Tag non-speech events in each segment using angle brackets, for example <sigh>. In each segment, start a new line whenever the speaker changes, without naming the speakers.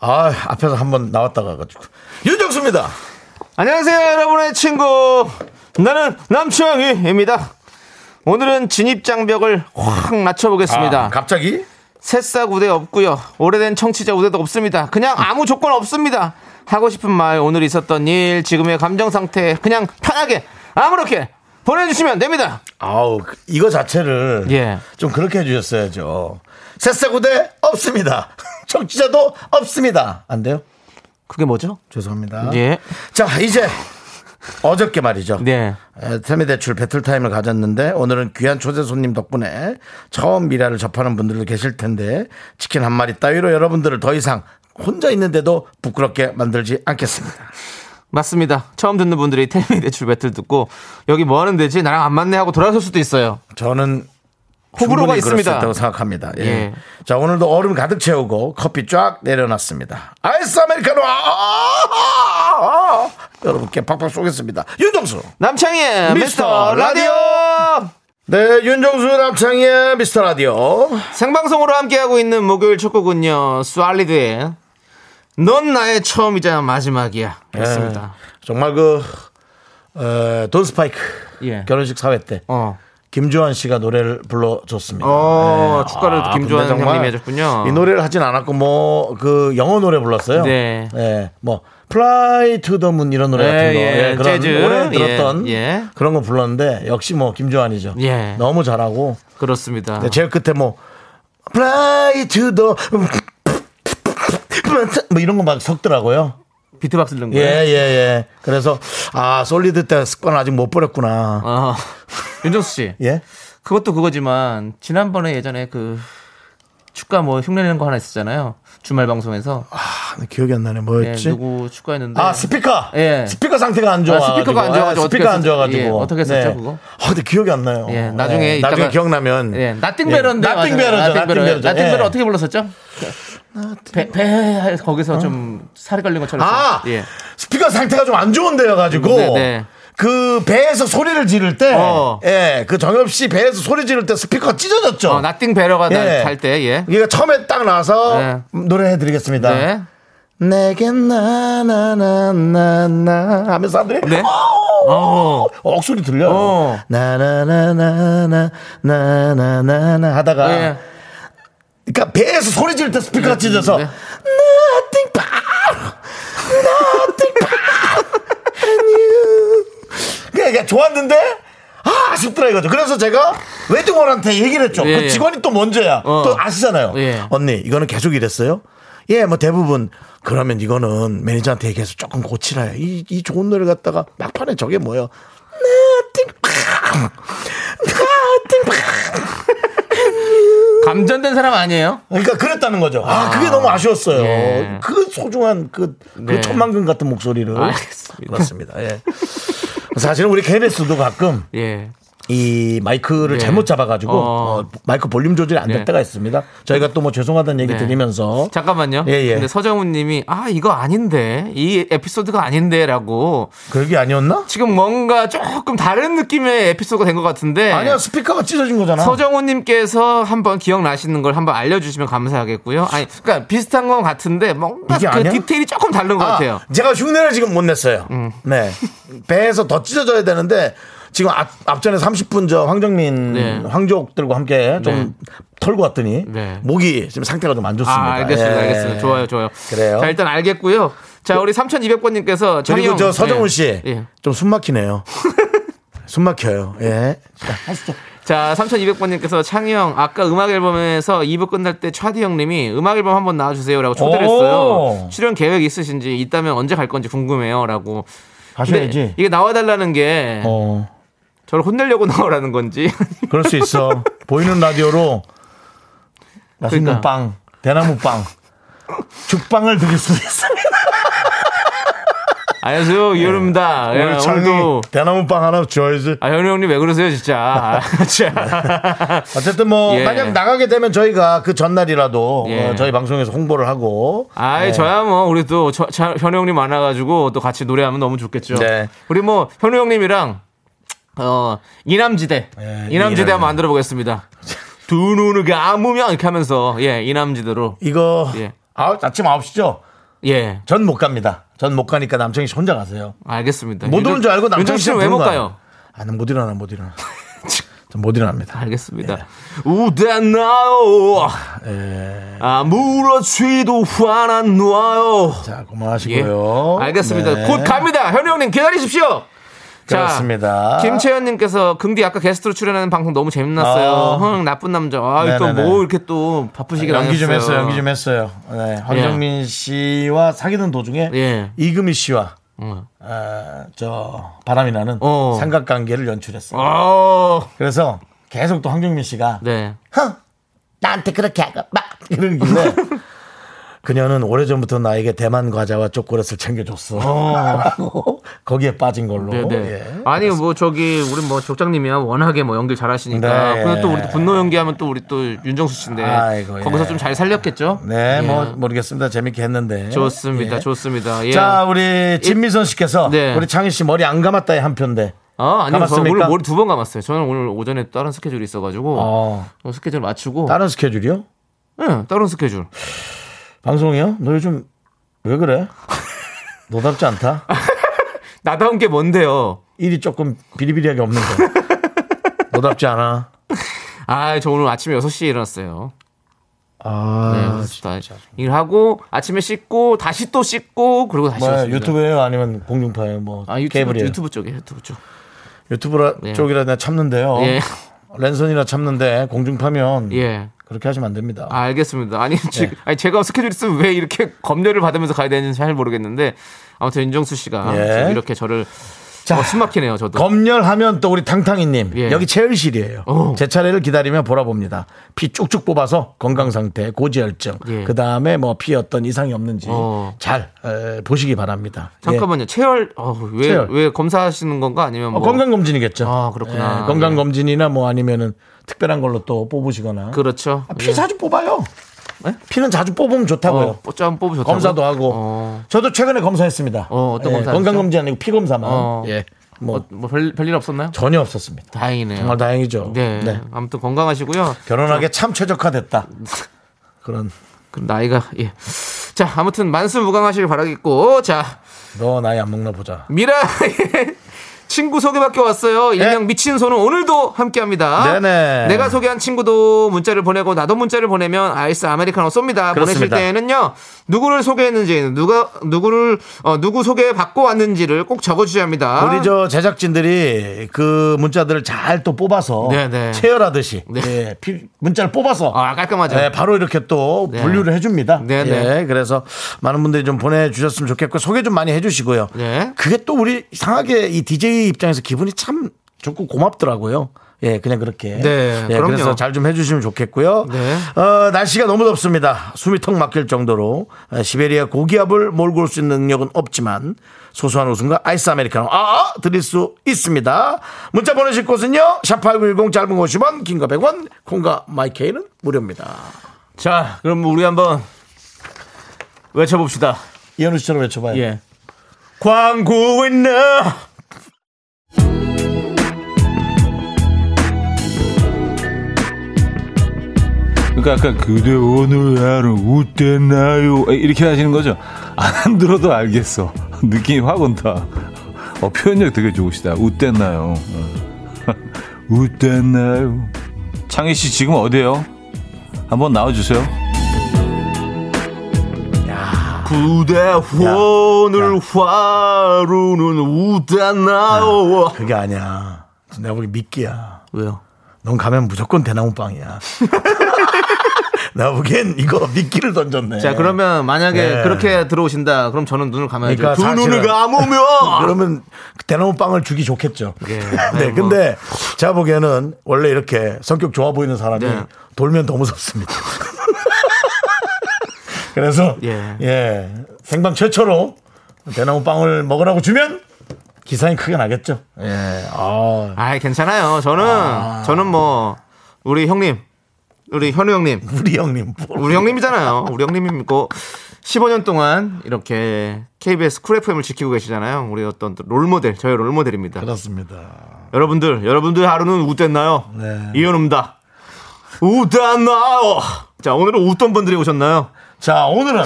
아 앞에서 한번 나왔다가 가지고 윤정수입니다.
안녕하세요, 여러분의 친구. 나는 남초영이입니다. 오늘은 진입장벽을 확 낮춰보겠습니다.
아, 갑자기
새싹 우대 없고요. 오래된 청취자 우대도 없습니다. 그냥 아무 조건 없습니다. 하고 싶은 말, 오늘 있었던 일, 지금의 감정 상태 그냥 편하게 아무렇게 보내주시면 됩니다.
아우 그- 이거 자체를
예.
좀 그렇게 해주셨어야죠. 새싹우대 없습니다. <laughs> 정치자도 없습니다. 안 돼요?
그게 뭐죠?
죄송합니다.
예.
자 이제 어저께 말이죠.
네.
에, 세미대출 배틀타임을 가졌는데 오늘은 귀한 초대 손님 덕분에 처음 미라를 접하는 분들도 계실 텐데 치킨 한 마리 따위로 여러분들을 더 이상 혼자 있는데도 부끄럽게 만들지 않겠습니다.
맞습니다. 처음 듣는 분들이 텔미 대출 배틀 듣고 여기 뭐 하는 데지? 나랑 안 맞네 하고 돌아설 수도 있어요.
저는
호불호가
충분히 그럴 수
있습니다.
있다고 생각합니다. 예.
예.
자 오늘도 얼음 가득 채우고 커피 쫙 내려놨습니다. 아이스 아메리카노 아, 아, 아, 아. 여러분께 팍팍 쏘겠습니다. 윤정수.
남창희의
미스터
미스터 라디오!
네, 윤정수 남창희의 미스터 라디오.
생방송으로 함께하고 있는 목요일 첫 곡은요. 스왈리드의 넌 나의 처음이자 마지막이야.
네.
그렇습니다.
정말 그, 어, 돈 스파이크.
예.
결혼식 사회 때.
어.
김주환 씨가 노래를 불러줬습니다.
어, 축가를 또
네.
김주환
아, 근데 정말
형님이 해줬군요.
이 노래를 하진 않았고, 뭐, 그 영어 노래 불렀어요.
네.
예, 뭐, Fly to the Moon 이런 노래
예,
같은 거.
예,
그런
재즈.
오래 들었던
예, 예.
그런 거 불렀는데, 역시 뭐, 김주환이죠.
예.
너무 잘하고,
그렇습니다.
네, 제일 끝에 뭐 Fly to the 뭐 이런 거 막 섞더라고요.
비트박스 넣은
예,
거예요?
예, 예. 그래서 아 솔리드 때 습관 아직 못 버렸구나.
어. <laughs> 윤정수 씨.
예.
그것도 그거지만 지난번에 예전에 그 축가 뭐 흉내내는 거 하나 있었잖아요. 주말 방송에서.
아, 기억이 안 나네.
예,
뭐였지?
누구 축가였는데.
아 스피커.
예.
스피커 상태가 안 좋아.
아, 스피커가 안 좋아가지고
스피커
어떻게
안 좋아가지고
했었- 예, 어떻게 했었죠, 그거?
아, 근데 기억이 안 나요.
예, 나중에
예, 나중에
이따가-
기억나면.
예, 나띵베런데
나띵베런죠. 나띵베런죠.
나팅베런
예.
어떻게 불렀었죠? 배, 배 거기서 좀 살이 걸린 것처럼.
아
예.
스피커 상태가 좀 안 좋은데요 가지고
네, 네.
그 배에서 소리를 지를 때,
어.
예, 그 정엽 씨 배에서 소리 지를 때 스피커 찢어졌죠.
어, 나띵 베러가 날갈때 예.
그러니까 처음에 딱 나와서
네.
노래 해드리겠습니다.
네.
내겐 나나나나나 하면 사람들이
네.
어,
어.
억소리 들려요.
어.
나나나나나 나나나나 하다가
예.
그러니까 배에서 소리 지를 때 스피커가 찢어서
네.
Nothing but Nothing but and you 그러니까 좋았는데 아, 아쉽더라 이거죠. 그래서 제가 웨딩홀한테 얘기를 했죠.
예,
그
예.
직원이 또 먼저야.
어.
또 아시잖아요.
예.
언니 이거는 계속 이랬어요? 예, 뭐 대부분 그러면 이거는 매니저한테 얘기해서 조금 고치라. 이, 이 좋은 노래 갖다가 막판에 저게 뭐예요? Nothing but Nothing but
감전된 사람 아니에요?
그러니까 그랬다는 거죠. 아, 그게 너무 아쉬웠어요.
예.
그 소중한 그, 그
네.
천만금 같은 목소리를.
알겠습니다.
그렇습니다. 예. 사실은 우리 KBS도 가끔
예.
이 마이크를
네.
잘못 잡아가지고
어.
어, 마이크 볼륨 조절이 안 될
네.
때가 있습니다. 저희가 또 뭐 죄송하다는 얘기
네.
드리면서
잠깐만요.
예, 예.
근데 서정훈 님이 아, 이거 아닌데. 이 에피소드가 아닌데라고
그게 아니었나?
지금 뭔가 조금 다른 느낌의 에피소드가 된 것 같은데.
아니야 스피커가 찢어진 거잖아.
서정훈님께서 한번 기억나시는 걸 한번 알려주시면 감사하겠고요. 아니, 그러니까 비슷한 건 같은데 뭔가
이게
그
아니야?
디테일이 조금 다른 것
아,
같아요. 음.
제가 흉내를 지금 못 냈어요. 네. 배에서 더 찢어져야 되는데 지금 앞, 앞전에 30분 저 황정민
네.
황족들과 함께 좀 털고 왔더니
네.
목이 지금 상태가 좀 안 좋습니다.
아, 알겠습니다,
예.
알겠습니다. 좋아요, 좋아요.
그래요. 그
자, 일단 알겠고요. 자, 우리 3,200번님께서
그리고 저 서정훈 씨,
예.
좀 숨
<laughs>
막히네요. 숨 막혀요. 예.
자, 3,200번님께서 창희 형, 아까 음악 앨범에서 2부 끝날 때 차디 형님이 음악 앨범 한번 나와주세요라고 초대를
오.
했어요. 출연 계획 있으신지, 있다면 언제 갈 건지 궁금해요. 라고. 근데
가셔야지.
이게 나와달라는 게
어.
저를 혼내려고 <laughs> 나오라는 건지.
그럴 수 있어. 보이는 라디오로 맛있는
그러니까.
빵, 대나무 빵, 죽방을 드릴 수도 있습니다.
안녕하세요 이효름입니다. 예,
오늘 창이
오늘도
대나무빵 하나 줘야지.
아 현우 형님 왜 그러세요
<laughs>
진짜. 아, 진짜.
어쨌든 뭐
예.
만약 나가게 되면 저희가 그 전날이라도
예.
어, 저희 방송에서 홍보를 하고 예.
아이 저야 뭐 우리 또 저- 차- 현우 형님 만나가지고 또 같이 노래하면 너무 좋겠죠.
네.
우리 뭐 현우 형님이랑 어 이남지대
예,
이남지대
이남-
한번 만들어 보겠습니다. 두 눈을 감으면 이렇게 하면서 예 이남지대로
이거
예.
아홉 아침 9시죠?
예
전 못 갑니다. 전 못 가니까 남창희 씨 혼자 가세요.
알겠습니다.
못 오는 줄 알고
아, 윤정
남창희
씨는
씨는
왜 못 가요?
아, 난못 일어나 못
<laughs>
일어나. 전 못 일어납니다.
알겠습니다.
예.
우대나요 아무렇지도 화난 나요.
자,
예.
고마워하시고요.
알겠습니다.
네.
곧 갑니다. 현우 형님 기다리십시오. 자,
그렇습니다.
김채연님께서 긍디 아까 게스트로 출연하는 방송 너무 재밌났어요.
아.
흥 나쁜 남자. 아,
네네네.
또뭐 이렇게 또 바쁘시게
연기 좀
다녔어요.
했어요. 연기 좀 했어요. 네, 황정민 씨와 사귀는 도중에
예.
이금희 씨와
어.
어, 저 바람이 나는
어.
삼각관계를 연출했어요.
어.
그래서 계속 또 황정민 씨가
네.
흥 나한테 그렇게 하고 막 이러길래 그녀는 오래전부터 나에게 대만 과자와 초콜릿을 챙겨줬어. 라고 <laughs> 거기에 빠진 걸로.
네, 네.
예.
아니 뭐 저기 우리 뭐 족장님이야 워낙에 뭐 연기를 잘하시니까
네.
그리고 또 우리 또 분노 연기하면 또 우리 또 윤정수 씨인데
아이고, 예.
거기서 좀 잘 살렸겠죠?
네,
예.
뭐 모르겠습니다. 재밌게 했는데.
좋습니다,
예.
좋습니다. 예.
자, 우리 진미선 씨께서
네.
우리 창희 씨 머리 안 감았다의 한 편데.
아, 아니요. 저
감았습니까?
오늘 머리 두 번 감았어요. 저는 오늘 오전에 다른 스케줄이 있어가지고
어.
어, 스케줄 맞추고
다른 스케줄이요?
예, 다른 스케줄.
방송이요? 너 요즘 왜
<laughs>
그래? 너답지 않다.
나다운 게 뭔데요?
일이 조금 비리비리하게
<laughs>
없는데. 너답지 않아.
아, 저 오늘 아침에 6시에 일어났어요.
아,
네, 그래서 다 일하고 아침에 씻고 다시 또 씻고 그리고 다시
뭐
왔습니다.
유튜브예요 아니면 공중파예요 뭐
아, 유튜브,
케이블이에요
유튜브 쪽에 유튜브 쪽.
유튜브 라
네.
쪽이라 내가 참는데요
예.
랜선이라 참는데 공중파면
예.
그렇게 하시면 안 됩니다
아, 알겠습니다. 아니,
네.
지금, 아니 제가 스케줄 있으면 왜 이렇게 검열을 받으면서 가야 되는지 잘 모르겠는데 아무튼 윤정수 씨가
예.
지금 이렇게 저를
자,
어, 숨 막히네요, 저도.
검열하면 또 우리 탕탕이님
예. 어.
여기 체열실이에요
오.
제 차례를 기다리며 보라봅니다 피 쭉쭉 뽑아서 건강상태 고지혈증
예.
그다음에 뭐 피 어떤 이상이 없는지
어.
잘 에, 보시기 바랍니다 예.
잠깐만요. 체열 어우, 왜,
체열.
왜 검사하시는 건가 아니면
어,
뭐
건강검진이겠죠
아, 그렇구나.
예, 건강검진이나 뭐 아니면은 특별한 걸로 또 뽑으시거나
그렇죠.
아, 피 자주 뽑아요 피는 자주 뽑으면 좋다고요
어, 좀 뽑으셨다고.
검사도 하고.
어,
저도 최근에 검사했습니다. 예,
어, 어떤 검사
건강 검진 아니고 피 검사만.
어.
예. 뭐
뭐, 뭐 별, 별일 없었나요?
전혀 없었습니다.
다행이네요.
정말 다행이죠.
네. 아무튼 건강하시고요.
결혼하게 참 최적화됐다. 그런
그 나이가 예. 자, 아무튼 만수무강하시길 바라겠고. 자,
너 나이 안 먹나 보자.
미라의 <laughs> 친구 소개밖에 왔어요. 일명 미친 소는 오늘도 함께합니다.
네네.
내가 소개한 친구도 문자를 보내고 나도 문자를 보내면 아이스 아메리카노 쏩니다. 보내실
그렇습니다.
때에는요 누구를 소개했는지 누가 누구를 어, 누구 소개 받고 왔는지를 꼭 적어주셔야 합니다.
우리 저 제작진들이 그 문자들을 잘 또 뽑아서
네, 네.
체열하듯이
네.
예, 피- 문자를 뽑아서
아 깔끔하죠.
예, 바로 이렇게 또
네.
분류를 해줍니다.
네, 네.
예, 그래서 많은 분들이 좀 보내주셨으면 좋겠고 소개 좀 많이 해주시고요.
네.
그게 또 우리 상하게 이 DJ 입장에서 기분이 참 좋고 고맙더라고요. 예, 그냥 그렇게.
네,
예,
그럼요.
그래서 잘 좀 해주시면 좋겠고요.
네.
어, 날씨가 너무 덥습니다. 숨이 턱 막힐 정도로 어, 시베리아 고기압을 몰고 올 수 있는 능력은 없지만 소소한 웃음과 아이스 아메리카노 아 드릴 수 있습니다. 문자 보내실 곳은요. 샵8910 짧은 50원, 긴 거 100원, 콩과 마이케이는 무료입니다.
자, 그럼 우리 한번 외쳐봅시다.
이현우 씨처럼 외쳐봐요.
예. 광고인 나.
그러니까 아까 그대 오늘 하루 웃댔나요? 아, 이렇게 하시는 거죠? 안 들어도 알겠어. <laughs> 느낌이 확 온다. 어, 표현력 되게 좋으시다. 웃댔나요? 어. <laughs> 웃댔나요? 창희 씨 지금 어디에요? 한번 나와주세요.
부대 혼을 화루는 우다나오
그게 아니야. 내가 보기 미끼야.
아. 왜요?
넌 가면 무조건 대나무빵이야. <laughs> 나 보기엔 이거 미끼를 던졌네.
자 그러면 만약에
예. 네.
그렇게 들어오신다 그럼 저는 눈을 감아야죠
그러니까
두
사실은-
눈을 감으면
<laughs> 그러면 대나무빵을 주기 좋겠죠.
예,
네,
아니, 뭐.
근데 제가 보기에는 원래 이렇게 성격 좋아 보이는 사람이
네.
돌면 더 무섭습니다. <laughs> 그래서
예.
예. 생방 최초로 대나무 빵을 먹으라고 주면 기사인 크게 나겠죠. 예. 아.
아, 괜찮아요. 저는 저는 뭐 우리 형님, 우리 현우 형님,
우리 형님. 뭘.
우리 형님이잖아요. 우리 형님이고 뭐 15년 동안 이렇게 KBS 쿨 FM을 지키고 계시잖아요. 우리 어떤 롤모델, 저의 롤모델입니다.
그렇습니다.
여러분들, 여러분들 하루는 웃댔나요?
네.
이현우입니다. 웃댔나요? 자, 오늘은 웃던 분들이 오셨나요?
자,
<laughs>
오늘은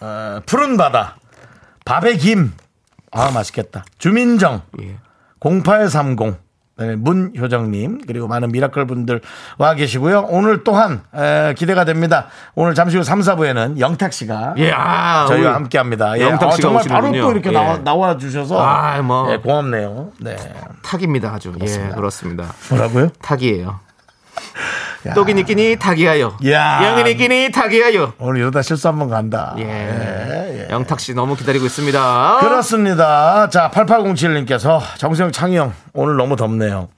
어, 푸른 바다 밥의 김. 아, 맛있겠다. 주민정
예.
0830 네, 문효정님 그리고 많은 미라클 분들 와 계시고요. 오늘 또한 에, 기대가 됩니다. 오늘 잠시 후 3, 4부에는 영탁 씨가
예, 아,
저희와
오늘-
함께합니다.
영탁
아,
씨가
정말
오시는군요.
바로 또 이렇게
예.
나와, 나와 주셔서
아, 뭐.
예, 고맙네요. 네
탁입니다, 아주. 예, 그렇습니다.
뭐라고요?
탁이에요. 똑이니 끼니 탁이하여.
야.
영이니 끼니 탁이하여.
오늘 이러다 실수 한 번 간다.
예.
예, 예.
영탁 씨 너무 기다리고 있습니다.
그렇습니다. 자, 8807님께서 정수영 창영 오늘 너무 덥네요.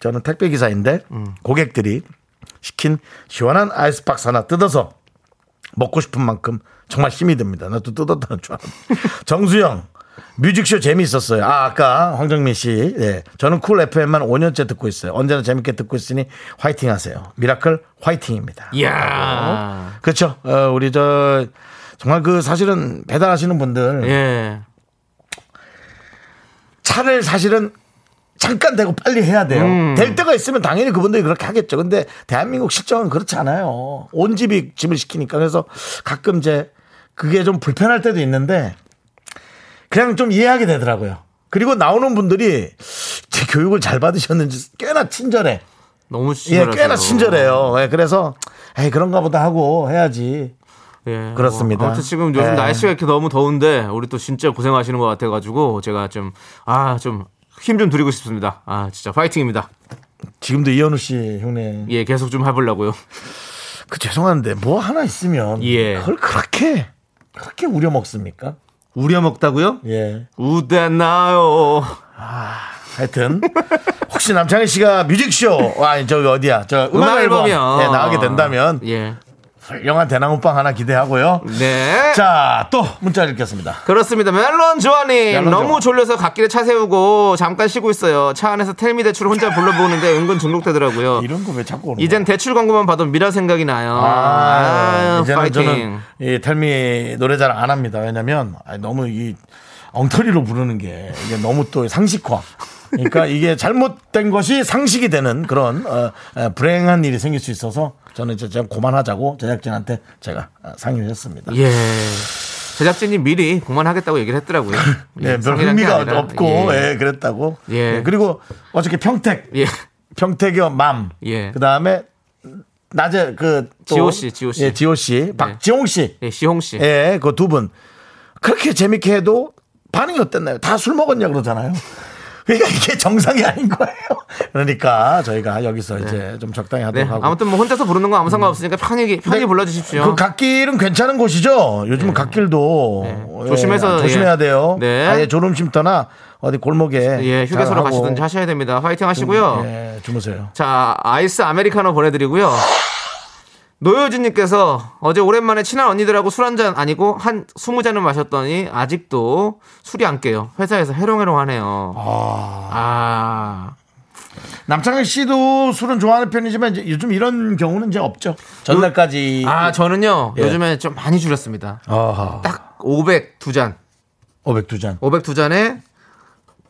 저는 택배 기사인데 고객들이 시킨 시원한 아이스박스 하나 뜯어서 먹고 싶은 만큼 정말 힘이 듭니다. 나도 뜯었다는 줄 알았는데. <laughs> 정수영 뮤직쇼 재미있었어요. 아, 아까 황정민 씨. 예. 저는 쿨 FM만 5년째 듣고 있어요. 언제나 재밌게 듣고 있으니 화이팅 하세요. 미라클 화이팅입니다.
이야.
그렇죠. 어, 우리 저 정말 그 사실은 배달하시는 분들
예.
차를 사실은 잠깐 대고 빨리 해야 돼요.
음.
될 때가 있으면 당연히 그분들이 그렇게 하겠죠. 근데 대한민국 실정은 그렇지 않아요. 온 집이 짐을 시키니까 그래서 가끔 이제 그게 좀 불편할 때도 있는데 그냥 좀 이해하게 되더라고요. 그리고 나오는 분들이 제 교육을 잘 받으셨는지 꽤나 친절해.
너무
예,
친절하세요.
꽤나 친절해요. 예, 그래서 에이 그런가 보다 하고 해야지.
예,
그렇습니다.
뭐, 아무튼 지금 요즘
예.
날씨가 이렇게 너무 더운데 우리 또 진짜 고생하시는 것 같아가지고 제가 좀 아 좀 힘 좀 드리고 싶습니다. 아 진짜 파이팅입니다.
지금도 이현우 씨 형님
예, 계속 좀 해보려고요.
그 죄송한데 뭐 하나 있으면
예.
그걸 그렇게 그렇게 우려 먹습니까?
우려 먹다고요?
예.
우대나요.
하여튼 혹시 남창희 씨가 뮤직쇼 아니 저기 어디야 저 음악,
음악
앨범
앨범이요.
예, 나가게 된다면
예,
훌륭한 대나무빵 하나 기대하고요.
네.
자 또 문자 읽겠습니다.
그렇습니다. 멜론 조아님
멜론
너무
조아.
졸려서 갓길에 차 세우고 잠깐 쉬고 있어요. 차 안에서 텔미 대출 혼자 불러보는데
<laughs>
은근 중독되더라고요.
이런 거 왜 자꾸 오는
이젠 대출 광고만 봐도 미라 생각이 나요.
거야?
아,
아, 이제는
파이팅.
저는 이 텔미 노래 잘 안 합니다. 왜냐면 아, 너무 이 엉터리로 부르는 게 이게 너무 또 상식화. 그러니까 이게 잘못된 것이 상식이 되는 그런 어, 어, 불행한 일이 생길 수 있어서 저는 이제 제가 고만하자고 제작진한테 제가 어, 상의를 했습니다.
예. 제작진이 미리 그만하겠다고 얘기를 했더라고요.
<laughs> 네,
예,
별
상의란 게
흥미가
아니라,
없고
예.
예, 그랬다고.
예.
예, 그리고 어저께 평택,
예.
평택의 맘.
예.
그 다음에 낮에 그 또-
지호 씨, 지호 씨. 네.
예, 지호 씨, 박지홍 씨,
예, 시홍 씨.
예, 그 두 분. 그렇게 재밌게 해도 반응이 어땠나요? 다 술 먹었냐 그러잖아요. <laughs> 그러니까 이게 정상이 아닌 거예요. 그러니까 저희가 여기서 이제 좀 적당히
네.
하도록 하고.
아무튼 뭐 혼자서 부르는 건 아무 상관 없으니까 편히 편히 불러 주십시오.
그 갓길은 괜찮은 곳이죠. 요즘은 갓길도 예,
네. 조심해서,
조심해야
예.
돼요.
네.
아예 졸음쉼터나 어디 골목에
예, 휴게소로
잘 하고
가시든지 하셔야 됩니다. 파이팅 하시고요.
예, 주무세요.
자, 아이스 아메리카노 보내드리고요. 노효진님께서 어제 오랜만에 친한 언니들하고 술 한 잔 아니고 한 스무 잔을 마셨더니 아직도 술이 안 깨요. 회사에서 해롱해롱하네요. 아,
남창희 씨도 술은 좋아하는 편이지만 이제 요즘 이런 경우는 이제 없죠. 전날까지
아 저는요
예.
요즘에 좀 많이 줄였습니다.
아하.
딱 500 두 잔,
500두잔
500 두 잔에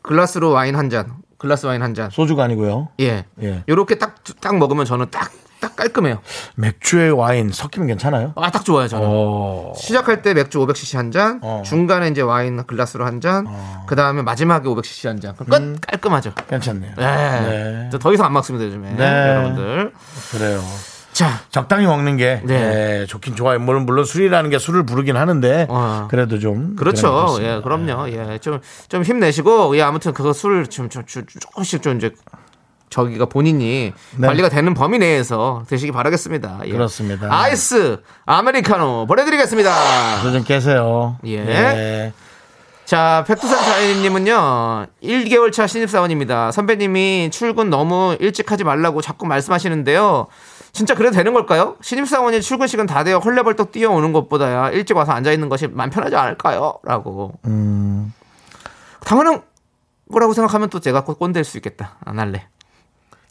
글라스로 와인 한 잔, 글라스 와인 한 잔.
소주가 아니고요.
예,
예.
요렇게 딱 딱 먹으면 저는 딱 딱 깔끔해요.
맥주에 와인 섞이면 괜찮아요?
아 딱 좋아요 저는.
어.
시작할 때 맥주 500cc 한 잔,
어.
중간에 이제 와인 글라스로 한 잔, 그 다음에 마지막에 500cc 한 잔. 그럼 끝 깔끔하죠.
괜찮네요. 음.
네.
네.
저더 이상 안 막습니다 요즘에
네.
여러분들.
그래요.
자,
적당히 먹는 게
네.
예, 좋긴 좋아요. 물론 물론 술이라는 게 술을 부르긴 하는데
어.
그래도 좀 그런 게
그렇죠.
있습니다. 네.
예, 그럼요. 예, 좀, 좀 힘내시고, 예, 아무튼 그거 술 좀, 좀, 좀, 조금씩 좀 이제 저기가 본인이
네.
관리가 되는 범위 내에서 드시기 바라겠습니다. 예.
그렇습니다.
아이스, 아메리카노 보내드리겠습니다.
그래서 좀 깨세요.
예. 자, 백두산 자연님은요, 1개월 차 신입사원입니다. 선배님이 출근 너무 일찍 하지 말라고 자꾸 말씀하시는데요. 진짜 그래도 되는 걸까요? 신입사원이 출근 시간 다 되어 헐레벌떡 뛰어오는 것보다야 일찍 와서 앉아 있는 것이 마음 편하지 않을까요? 라고.
음.
당연한 거라고 생각하면 또 제가 꼰대일 수 있겠다. 안 할래.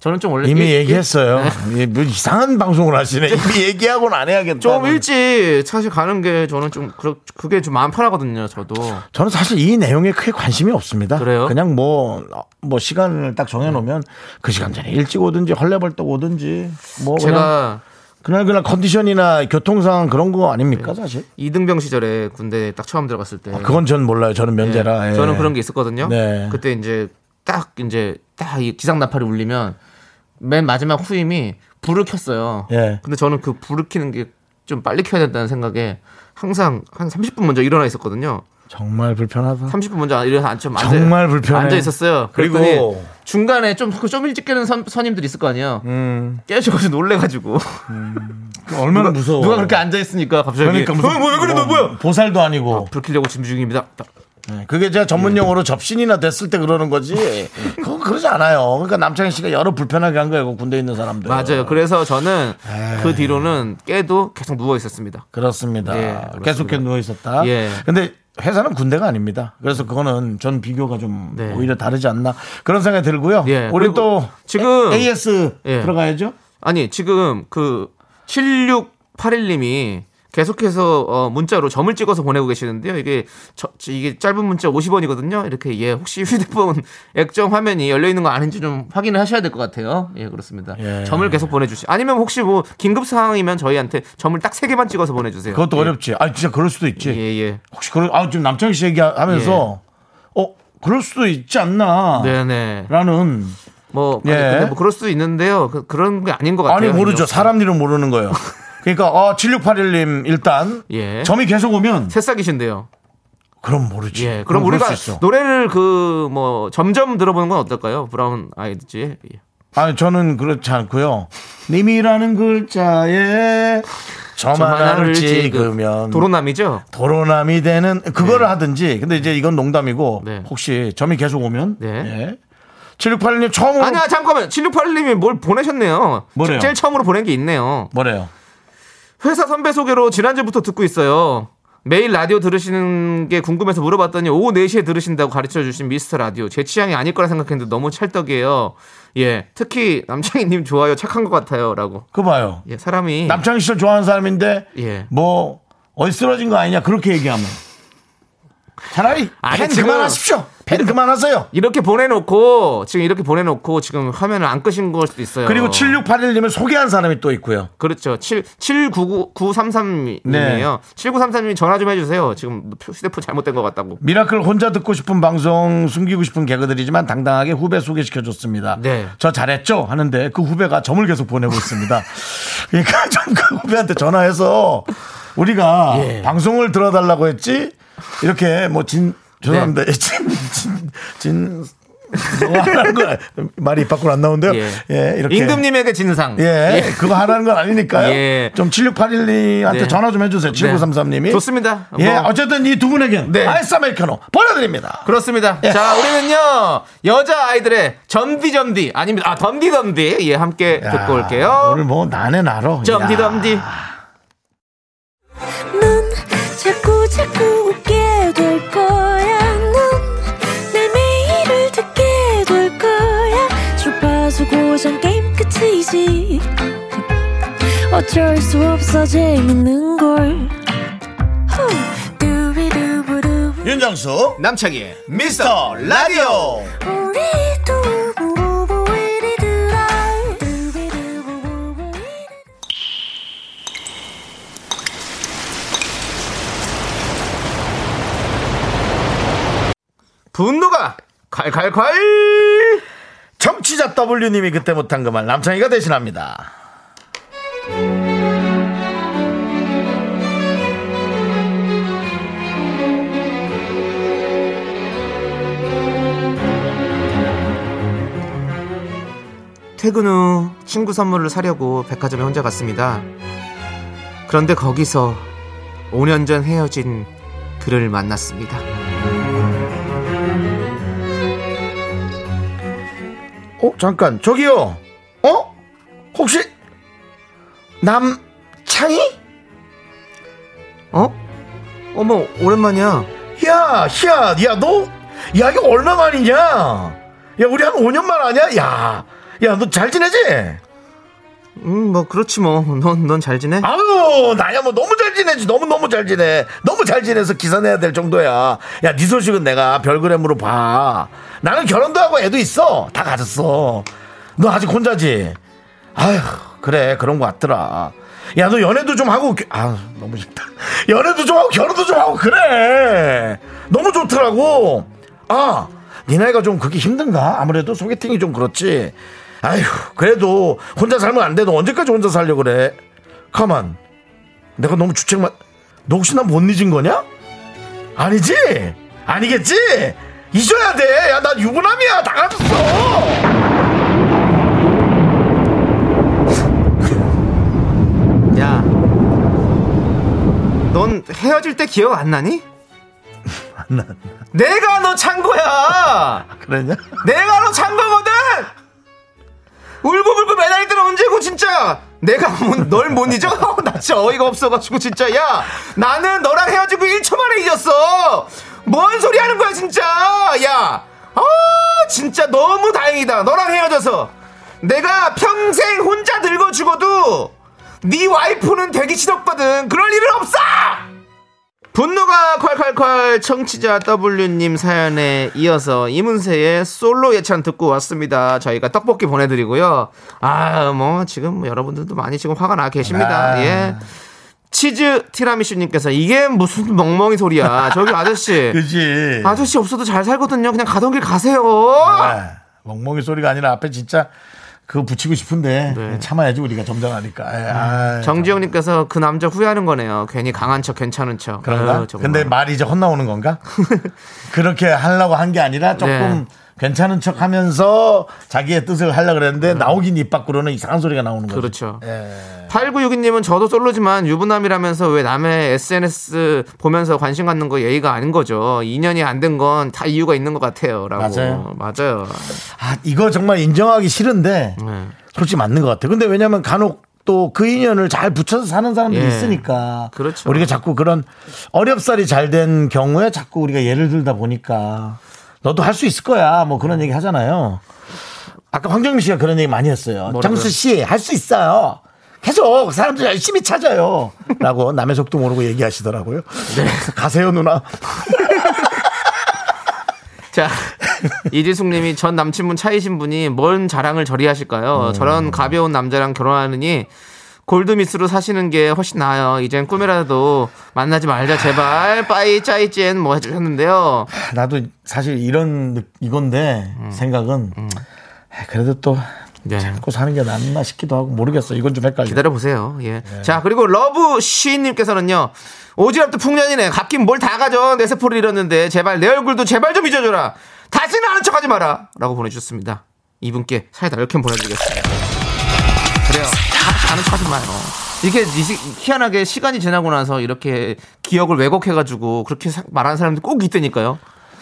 저는 좀 원래
이미
일- 일- 네.
얘기했어요. 예, 뭐 이상한 방송을 하시네. 이미 얘기하고는 안 해야겠다.
좀 일찍 사실 가는 게 저는 좀 그- 그게 좀 마음 편하거든요. 저도
저는 사실 이 내용에 크게 관심이 없습니다.
그래요? 네.
냥 뭐, 어, 뭐 시간을 딱 정해놓으면 그 시간 전에 일찍 오든지 헐레벌떡 오든지 뭐 그냥
제가
그날 그날 컨디션이나 교통 상황 그런 거
네.
아닙니까 사실? 아,
이등병 시절에 군대 딱 처음 들어갔을 때
그건 전 몰라요. 저는
예,
면제라. 예.
네. 저는 그런 게 있었거든요.
네.
그때 이제 딱 이제 딱 이 기상 나팔이 울리면 맨 마지막 후임이 불을 켰어요.
예.
근데 저는 그 불을 켜는 게 좀 빨리 켜야 된다는 생각에 항상 한 30분 먼저 일어나 있었거든요.
정말 불편하다.
30분 먼저 일어나서 앉- 좀 앉아
정말 불편해.
앉아 있었어요.
그리고-
그리고 중간에 좀 좀 일찍 깨는 선, 선임들 있을 거 아니에요.
음.
깨져가지고 <laughs> 놀래가지고
얼마나 무서워.
누가 그렇게 앉아 있으니까 갑자기
그러니까 무슨
어, 뭐왜 그래 너 뭐야?
보살도 아니고.
불 켜려고 준비 중입니다. 딱.
네, 그게 제가 전문
예.
용어로 접신이나 됐을 때 그러는 거지. 그건 그러지 않아요. 그러니까 남창희 씨가 여러 불편하게 한 거예요. 그 군대에 있는 사람들.
맞아요. 그래서 저는
아.
그 뒤로는 깨도 계속 누워 있었습니다.
그렇습니다.
예, 그렇습니다.
계속해 누워 있었다.
예.
근데 회사는 군대가 아닙니다. 그래서 그거는 전 비교가 좀
네.
오히려 다르지 않나 그런 생각이 들고요.
예,
우리
그리고
또
지금-
A- AS
예.
들어가야죠.
아니 지금 그 7681님이 계속해서 어, 문자로 점을 찍어서 보내고 계시는데요. 이게 저- 저- 이게 짧은 문자 50원이거든요. 이렇게 예 혹시 휴대폰 <laughs> 액정 화면이 열려 있는 거 아닌지 좀 확인을 하셔야 될 것 같아요. 예 그렇습니다.
예.
점을 계속 보내주시. 아니면 혹시 뭐 긴급 상황이면 저희한테 점을 딱 세 개만 찍어서 보내주세요.
그것도 어렵지. 아 진짜 그럴 수도 있지.
예. 예예.
혹시 그런 아 지금 남창희 씨 얘기하면서 어 그럴 수도 있지 않나.
예. 네네.
라는
뭐, 아니,
아. 예.
근데 뭐 그럴 수도 있는데요. 그, 런게 아닌 것 같아요.
아니 모르죠.
아니요.
사람 일은 모르는 거예요. 그러니까 어, 7681님 일단
예.
점이 계속 오면
새싹이신데요.
그럼 모르지.
예.
그럴
그럼 우리가
수 있어.
노래를 그 뭐 점점 들어보는 건 어떨까요? 브라운 아이즈의 예.
아니 저는 그렇지 않고요. 님이라는 글자에 저만 하나를 찍으면
그 도로남이죠.
남이 되는 그거를 하든지. 근데 이제 이건 농담이고
네.
혹시 점이 계속 오면
네.
예. 7681님 처음 오는
아니야 잠깐만 7681님이 뭘 보내셨네요.
뭐래요?
제일 처음으로 보낸 게 있네요.
뭐래요?
회사 선배 소개로 지난주부터 듣고 있어요. 매일 라디오 들으시는 게 궁금해서 물어봤더니 오후 4시에 들으신다고 가르쳐 주신 미스터 라디오. 제 취향이 아닐 거라 생각했는데 너무 찰떡이에요. 예. 특히 남창희님 좋아요. 착한 것 같아요. 라고.
그거 봐요.
예. 사람이.
남창희 씨를 좋아하는 사람인데
예.
뭐 어디 쓰러진 거 아니냐 그렇게 얘기하면 차라리
아니,
팬
지금-
그만하십시오. 팬 그만하세요.
이렇게 보내놓고 지금 이렇게 보내놓고 지금 화면을 안 끄신 걸 수도 있어요.
그리고 7681님을 소개한 사람이 또 있고요.
그렇죠. 7 79933님이에요.
네.
7933님이 전화 좀 해주세요. 지금 휴대폰 잘못된 것 같다고.
미라클 혼자 듣고 싶은 방송 숨기고 싶은 개그들이지만 당당하게 후배 소개시켜 줬습니다.
네.
저 잘했죠 하는데 그 후배가 점을 계속 보내고
<laughs>
있습니다. 그러니까 좀 그 후배한테 전화해서 우리가
예.
방송을 들어달라고 했지 이렇게 뭐 진 죄송합니다
네.
진진진 하는 건 아니- 말이 입 밖으로 안 나온데요. 예,
예.
이렇게
임금님에게 진상.
예, 그거 하라는 건 아니니까요.
예.
좀 7681님한테
네.
전화 좀 해주세요. 7933님이.
좋습니다.
예,
뭐.
어쨌든 이 두 분에겐
네.
아이스 아메리카노 보내드립니다. 예.
그렇습니다. 자, 우리는요, 여자아이들의 점디점디, 아닙니다. 아, 덤디덤디. 예, 함께
야,
듣고 올게요.
오늘 뭐 나네 나로. 야.
점디덤디.
넌 자꾸 자꾸 웃게 될 거야. 넌내 매일을 듣게 될 거야. 주파수 고정 게임 끝이지. 어쩔 수 없어 재밌는 걸. 후. 두비두부두.
윤정수
남창희의
미스터 라디오.
우리 두부부부 우리 두라. 두비두부부부 우리 두라.
분노가 칼칼칼!
정치자 W님이 그때 못한 그 말 남창희가 대신합니다.
퇴근 후 친구 선물을 사려고 백화점에 혼자 갔습니다. 그런데 거기서 5년 전 헤어진 그를 만났습니다.
어 잠깐 저기요. 어? 혹시 남창희?
어? 어머 오랜만이야.
야, 야, 야, 너, 야, 이거 얼마 만이냐? 야, 우리 한 5년 만 아니야? 야, 야, 너 잘 지내지?
음 뭐 그렇지 뭐넌넌 잘 지내?
아유, 나야 뭐 너무 잘 지내지. 너무너무 잘 지내. 너무 잘 지내서 기사 내야 될 정도야. 야, 네 소식은 내가 별그램으로 봐. 나는 결혼도 하고 애도 있어. 다 가졌어. 너 아직 혼자지? 아휴, 그래. 그런 거 같더라. 야, 너 연애도 좀 하고, 겨- 아 너무 싫다. <laughs> 연애도 좀 하고, 결혼도 좀 하고, 그래. 너무 좋더라고. 아, 네 나이가 좀 그게 힘든가? 아무래도 소개팅이 좀 그렇지. 아휴, 그래도 혼자 살면 안 돼. 너 언제까지 혼자 살려고 그래? 가만. 내가 너무 주책만. 너 혹시 나 못 잊은 거냐? 아니지? 아니겠지? 잊어야 돼. 야, 나 유부남이야. 다 가졌어.
야, 넌 헤어질 때 기억 안 나니? 내가 너 찬 거야.
그러냐?
내가 너 찬 거거든. 울고불고 매달릴 때는 언제고 진짜. 내가 널못 잊어? <laughs> 나 진짜 어이가 없어가지고 진짜 야 나는 너랑 헤어지고 1초 만에 잊었어 뭔 소리 하는 거야 진짜 야 아, 진짜 너무 다행이다 너랑 헤어져서 내가 평생 혼자 늙어 죽어도 네 와이프는 되기 싫었거든 그럴 일은 없어 분노가 콸콸콸 청취자 W님 사연에 이어서 이문세의 솔로 예찬 듣고 왔습니다. 저희가 떡볶이 보내드리고요. 아, 뭐, 지금 뭐 여러분들도 많이 지금 화가 나 계십니다.
아.
예. 치즈 티라미슈님께서 이게 무슨 멍멍이 소리야. 저기
<laughs>
아저씨.
그지.
아저씨 없어도 잘 살거든요. 그냥 가던 길 가세요.
아, 멍멍이 소리가 아니라 앞에 진짜 그거 붙이고 싶은데 참아야지 우리가 점잖아니까. 에, 아이,
정지영님께서 그 남자 후회하는 거네요. 괜히 강한 척, 괜찮은 척.
그런가?
아유, 정말.
근데 말이 이제 헛나오는 <laughs> 건가? 그렇게 하려고 한 게 아니라 조금
네.
괜찮은 척 하면서 자기의 뜻을 하려고 그랬는데 나오긴 입 밖으로는 이상한 소리가 나오는 거죠.
그렇죠.
예.
8962님은 저도 솔로지만 유부남이라면서 왜 남의 SNS 보면서 관심 갖는 거 예의가 아닌 거죠. 인연이 안 된 건 다 이유가 있는 것 같아요. 라고.
맞아요.
맞아요.
아, 이거 정말 인정하기 싫은데
네.
솔직히 맞는 것 같아요. 근데 왜냐면 간혹 또 그 인연을 잘 붙여서 사는 사람들이
예.
있으니까
그렇죠.
우리가 자꾸 그런 어렵사리 잘 된 경우에 자꾸 우리가 예를 들다 보니까 너도 할 수 있을 거야 뭐 그런 얘기 하잖아요. 아까 황정민 씨가 그런 얘기 많이 했어요.
뭐라고요?
장수 씨 할 수 있어요. 계속 사람들 열심히 찾아요. 라고 남의 속도 모르고 얘기하시더라고요.
네.
그래서 가세요 누나.
자, <laughs> 이지숙 님이 전 남친분 차이신 분이 뭔 자랑을 저리
음.
하실까요? 저런 가벼운 남자랑 결혼하느니 골드미스로 사시는 게 훨씬 나아요. 이젠 꿈이라도 만나지 말자, 제발. 빠이, 짜이젠, 뭐 해주셨는데요.
아, 나도 사실 이런 느- 이건데 생각은 아, 그래도 또
음. 네.
참고 사는 게 낫나 싶기도 하고 모르겠어. 이건 좀 헷갈려.
기다려 보세요. 예.
네.
자 그리고 러브 시인님께서는요. 오지랖도 풍년이네. 갚긴 뭘 다 가져. 내 세포를 잃었는데 제발 내 얼굴도 제발 좀 잊어줘라. 다시는 아는 척하지 마라.라고 보내주셨습니다. 이분께 사이다 이렇게 보내드리겠습니다. 그래요. 다- 아는 척하지 마요. 이게 이- 희한하게 시간이 지나고 나서 이렇게 기억을 왜곡해가지고 그렇게 사- 말하는 사람들 꼭 있다니까요.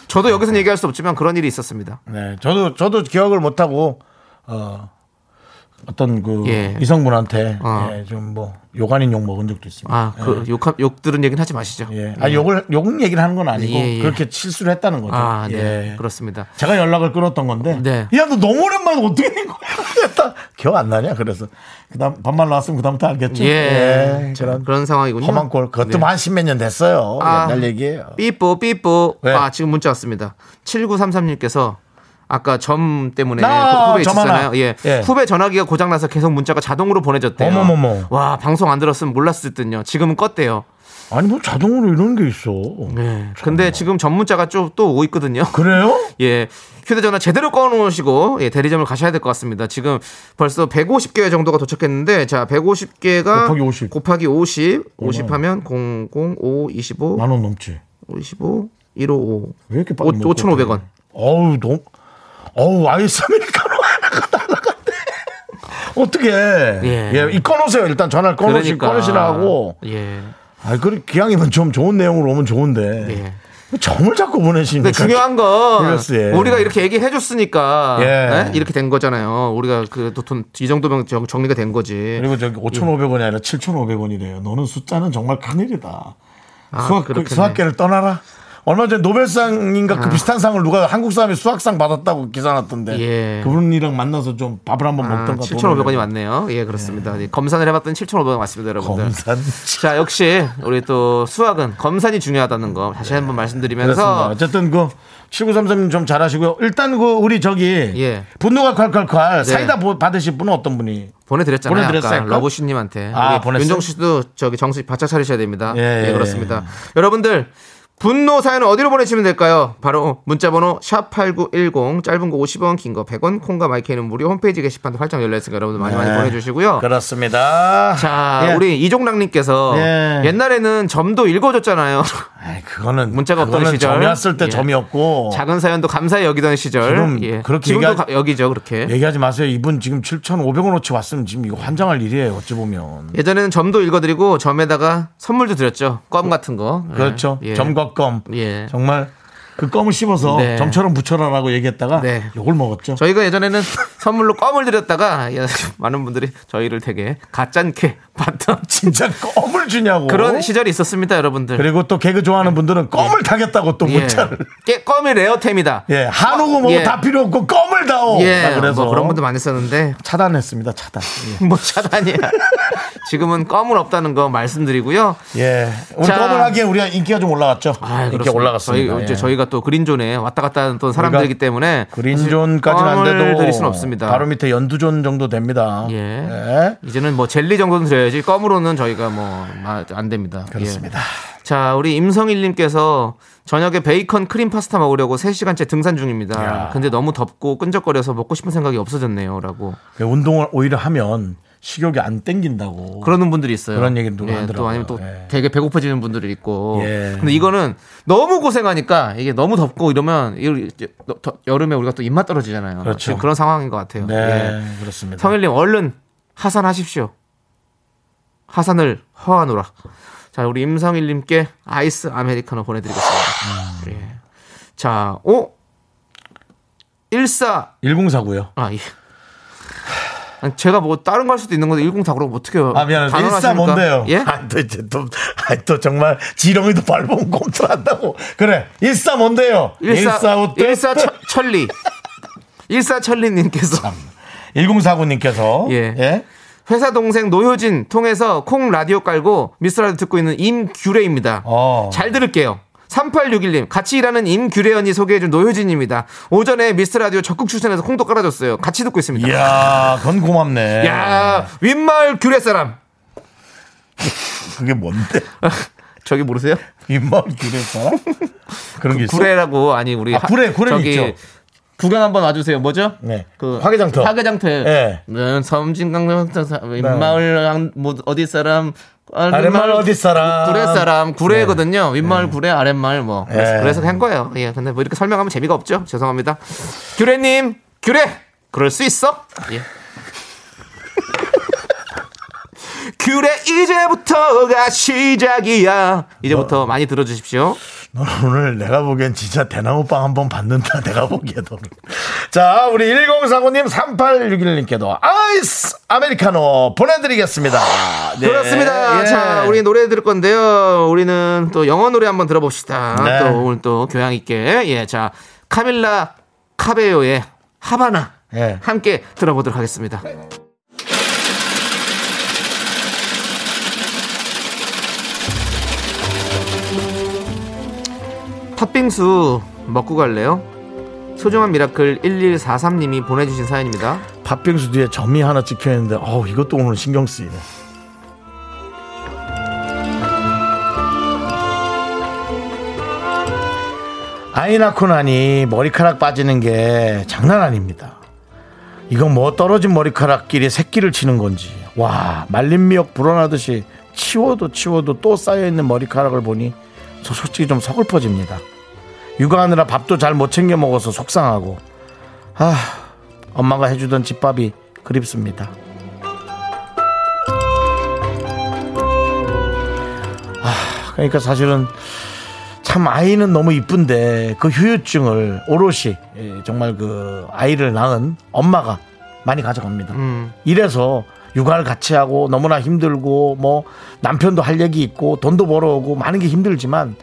저도 여기서 얘기할 수 없지만 그런 일이 있었습니다.
네, 저도 저도 기억을 못 하고 어 어떤 그
예.
이성분한테
어.
예, 좀뭐 욕 아닌 욕 먹은 적도 있습니다.
아, 그 욕, 욕 들은 얘기는 하지 마시죠.
네. 예, 아니 욕을 욕 얘기를 하는 건 아니고
예, 예.
그렇게 실수를 했다는 거죠.
아, 네.
예.
그렇습니다.
제가 연락을 끊었던 건데,
네.
야, 너 너무 오랜만에 어떻게 된 거야? <laughs> 했다. 기억 안 나냐? 그래서 그다음 반말 나왔으면 그다음부터 알겠죠.
예.
예,
자,
그런
그런, 상황이군요.
험한 꼴. 그것도 뭐
네.
한 십몇 년 됐어요.
아.
옛날 얘기예요.
삐뽀 삐뽀.
왜?
아 지금 문자 왔습니다. 7933님께서 아까 점 때문에
아,
후배
점
있었잖아요.
하나.
예.
예.
후배 전화기가 고장나서 계속 문자가 자동으로 보내졌대요.
어머머머.
와 방송 안 들었으면 몰랐을 듯요. 지금은 껐대요.
아니 뭐 자동으로 이런 게 있어.
네. 근데 지금 전 문자가 좀 또 오고 있거든요. <laughs>
그래요?
예. 휴대전화 제대로 꺼놓으시고 예, 대리점을 가셔야 될 것 같습니다. 지금 벌써 150개 정도가 도착했는데 자 150개가
곱하기 50.
곱하기 50, 50 하면 0, 0, 5, 25,
만 원 넘지.
55, 155.
왜 이렇게 빨리 먹고
5,500원.
그래? 어우 너무 어우 아이스 아메리카노 하나가 날라갔네. 어떻게? 예.
예.
이 꺼놓으세요. 일단 전화를 꺼놓으시
그러니까.
꺼놓으시라고.
예.
아, 그래 기왕이면 좀 좋은 내용으로 오면 좋은데.
예.
점을 자꾸 보내시니까.
근데 중요한 건
그래서, 예.
우리가 이렇게 얘기해 줬으니까
예.
네? 이렇게 된 거잖아요. 우리가 그래도 돈이 정도면 정- 정리가 된 거지.
그리고 저기 5,500원이 아니라 7,500원이래요. 너는 숫자는 정말 큰일이다. 수학,
아, 그렇겠네. 아.
수학계를 떠나라. 얼마 전에 노벨상인가 그 비슷한 상을 누가 한국 사람이 수학상 받았다고 기사 났던데
예.
그분이랑 만나서 좀 밥을 한번
아,
먹던가
7,500원이 맞네요. 예, 그렇습니다. 예, 검산을 해봤더니 7,500원 맞습니다, 여러분들.
검산
자, 역시 우리 또 수학은 검산이 중요하다는 거 다시 한번
예. 그렇습니다.
말씀드리면서
어쨌든 그 7933님 좀 잘하시고요. 일단 그 우리 저기
예. 네.
분노가 콸콸콸 사이다 보- 받으실 분은 어떤 분이?
보내드렸잖아요.
보내드렸어요,
아까
아까?
러브씨님한테
아,
우리
보냈어요?
윤정 씨도 저기 정신 바짝 차리셔야 됩니다.
예,
예,
예,
그렇습니다. 여러분들 분노 사연은 어디로 보내시면 될까요? 바로 문자번호 샵 #8910 짧은 거 50원, 긴 거 100원, 콩과 마이크는 무료 홈페이지 게시판도 활짝 열려 있으니까 여러분들 많이 많이
네.
보내주시고요.
그렇습니다.
어. 자,
예.
우리 이종락님께서
예.
옛날에는 점도 읽어줬잖아요.
아이, 그거는
문자가 없던
그거는
시절.
점이 왔을 때
예.
점이 없고
<laughs> 작은 사연도 감사히 여기던 시절.
어.
예.
지금 그렇게 예.
지금도
얘기하-
가- 여기죠, 그렇게.
얘기하지 마세요. 이분 지금 7,500원어치 왔으면 지금 이거 환장할 일이에요. 어찌 보면.
예전에는 점도 읽어드리고 점에다가 선물도 드렸죠. 껌 같은 거. 예.
그렇죠.
예.
점과 껌.
예.
정말 그 껌을 씹어서
네.
점처럼 붙여라라고 얘기했다가
네.
욕을 먹었죠.
저희가 예전에는 선물로 껌을 드렸다가 예, 많은 분들이 저희를 되게 가짠케 봤던
<laughs> 진짜 껌을 주냐고.
그런 시절이 있었습니다, 여러분들.
어? 그리고 또 개그 좋아하는 분들은 껌을 타겠다고 또
예.
문자를.
깨- 껌이 레어템이다.
예. 한우고 뭐고
예.
다 필요 없고 껌을 다오.
예,
다 어, 그래서
뭐 그런 분도 많이 썼는데
차단했습니다. 차단. 예. <laughs>
뭐 차단이야. 지금은 껌은 없다는 거 말씀드리고요.
예. 우리
자.
껌을 하기에 우리 인기가 좀 올라갔죠.
아,
인기가
그렇습니다.
올라갔습니다.
저희, 이제
예.
저희가 또 그린존에 왔다 갔다 하는 또 사람들이기 때문에
그린존까지는 안
사실 껌을
돼도
드릴 순 없습니다.
바로 밑에 연두존 정도 됩니다.
예.
예.
이제는 뭐 젤리 정도는 드려야지 껌으로는 저희가 뭐 안 됩니다.
그렇습니다.
예. 자, 우리 임성일님께서 저녁에 베이컨 크림 파스타 먹으려고 3시간째 등산 중입니다.
야.
근데 너무 덥고 끈적거려서 먹고 싶은 생각이 없어졌네요. 라고.
운동을 오히려 하면 식욕이 안 땡긴다고.
그러는 분들이 있어요.
그런 얘기는 누가
예,
하더라고요.
또 아니면 또
예.
되게 배고파지는 분들이 있고.
예.
근데 이거는 너무 고생하니까 이게 너무 덥고 이러면 이- 더- 여름에 우리가 또 입맛 떨어지잖아요.
그렇죠.
런 상황인 것 같아요.
네,
예.
그렇습니다.
성일님 얼른 하산하십시오. 하산을 허하노라. 자, 우리 임성일님께 아이스 아메리카노
음.
보내드리겠습니다. 예. 자, 어? 오, 14
1049요.
아 예. 아니, 제가 뭐 다른 거 할 수도 있는 건데 104그럼 어떻게 해요?
아, 미안해. 일사
단언하십니까?
뭔데요?
예?
아, 또 이제 또, 아, 또 정말 지렁이도 밟으면 <laughs> 꼼틀한다고. 그래. 일사 뭔데요? 일사 때
일사 철- 천리. 일사 천리님께서
1049님께서.
예.
예.
회사 동생 노효진 통해서 콩 라디오 깔고 미스라도 듣고 있는 임규래입니다.
어.
잘 들을게요. 3861님, 같이 일하는 임규래 언니 소개해준 노효진입니다. 오전에 미스라디오 적극 출연해서 콩도 깔아줬어요. 같이 듣고 있습니다.
이야, 그건 고맙네.
야, 윗마을 규래 사람.
그게 뭔데?
저기 모르세요?
입마을 규례 사람? 그런 게 있어.
구례라고 아니 우리
아, 구례,
하-
구례는
저기
있죠.
구경 한번 와주세요. 뭐죠?
네.
그
화개장터.
화개장터에
예. 네.
네, 섬진강남 윗마을 양- 뭐 어디 사람
아랫마을 어디 사람. 네.
구례 사람 구례거든요. 윗마을 구례 아랫마을 뭐 그래서,
예.
그래서 한 거예요. 예, 근데 뭐 이렇게 설명하면 재미가 없죠. 죄송합니다. 규례님 규례 그럴 수 있어? 예. <laughs> 규례 이제부터가 시작이야. 이제부터
뭐.
많이 들어주십시오.
넌 오늘 내가 보기엔 진짜 대나무빵 한 번 받는다. <laughs> 내가 보기에도. 자, 우리 1049님, 3861님께도 아이스 아메리카노 보내드리겠습니다. 네.
그렇습니다.
예.
자, 우리 노래 들을 건데요. 우리는 또 영어 노래 한번 들어봅시다.
네.
또 오늘 또 교양 있게. 예, 자, 카밀라 카베요의 하바나
예.
함께 들어보도록 하겠습니다. 팥빙수 먹고 갈래요? 소중한 미라클 1143님이 보내주신 사연입니다.
팥빙수 뒤에 점이 하나 찍혀있는데, 어우, 이것도 오늘 신경 쓰이네. 아이 낳고 나니 머리카락 빠지는 게 장난 아닙니다. 이건 뭐 떨어진 머리카락끼리 새끼를 치는 건지. 와, 말린 미역 불어나듯이 치워도 치워도 또 쌓여있는 머리카락을 보니 저 솔직히 좀 서글퍼집니다. 육아하느라 밥도 잘 못 챙겨 먹어서 속상하고. 아, 엄마가 해주던 집밥이 그립습니다. 아, 그러니까 사실은 참 아이는 너무 이쁜데 그 후유증을 오롯이 예, 정말 그 아이를 낳은 엄마가 많이 가져갑니다. 이래서 육아를 같이 하고 너무나 힘들고 뭐 남편도 할 얘기 있고 돈도 벌어오고 많은 게 힘들지만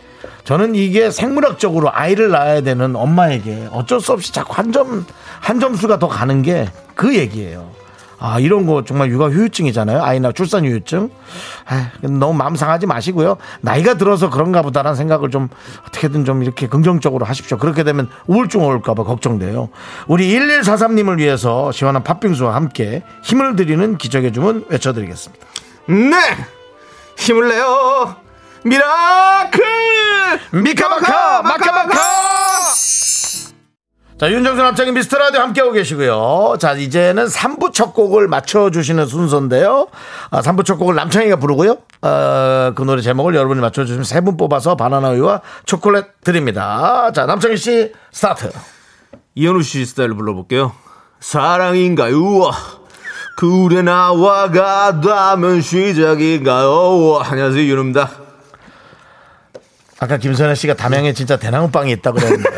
저는 이게 생물학적으로 아이를 낳아야 되는 엄마에게 어쩔 수 없이 자꾸 한 점, 한 점수가 더 가는 게 그 얘기예요. 아 이런 거 정말 육아 후유증이잖아요. 아이나 출산 후유증. 아 너무 마음 상하지 마시고요. 나이가 들어서 그런가 보다라는 생각을 좀 어떻게든 좀 이렇게 긍정적으로 하십시오. 그렇게 되면 우울증 올까봐 걱정돼요. 우리 1143님을 위해서 시원한 팥빙수와 함께 힘을 드리는 기적의 주문 외쳐드리겠습니다.
네! 힘을 내요! 미라클!
미카마카 마카마카. 자 윤정수 남창인 미스터 라디오 함께하고 계시고요. 자 이제는 3부 첫 곡을 맞춰주시는 순서인데요. 아, 3부 첫 곡을 남창이가 부르고요. 어, 그 노래 제목을 여러분이 맞춰주시면 세 분 뽑아서 바나나 우유와 초콜릿 드립니다. 자 남창희 씨 스타트.
이현우 씨 스타일로 불러볼게요. 사랑인가요? 그래 나와 가다면 시작인가요? 안녕하세요, 이현우입니다.
아까 김선혜 씨가 담양에 진짜 대나무빵이 있다 그랬는데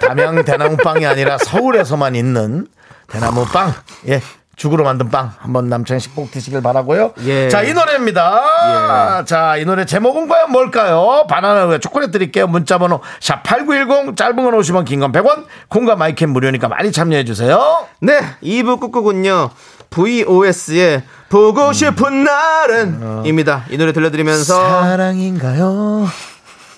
담양 대나무빵이 아니라 서울에서만 있는 대나무빵 예 죽으로 만든 빵 한번 남창희 씨꼭 드시길 바라고요
예.
자 이 노래입니다 자 이 노래 제목은 과연 뭘까요 바나나 우유 초콜릿 드릴게요 문자번호 샵8910 짧은 건 50원 긴 건 100원 콩과 마이캔 무료니까 많이 참여해 주세요
네, 2부 끝곡은요. VOS의
음.
보고 싶은
어.
날은 입니다. 이 노래 들려드리면서
사랑인가요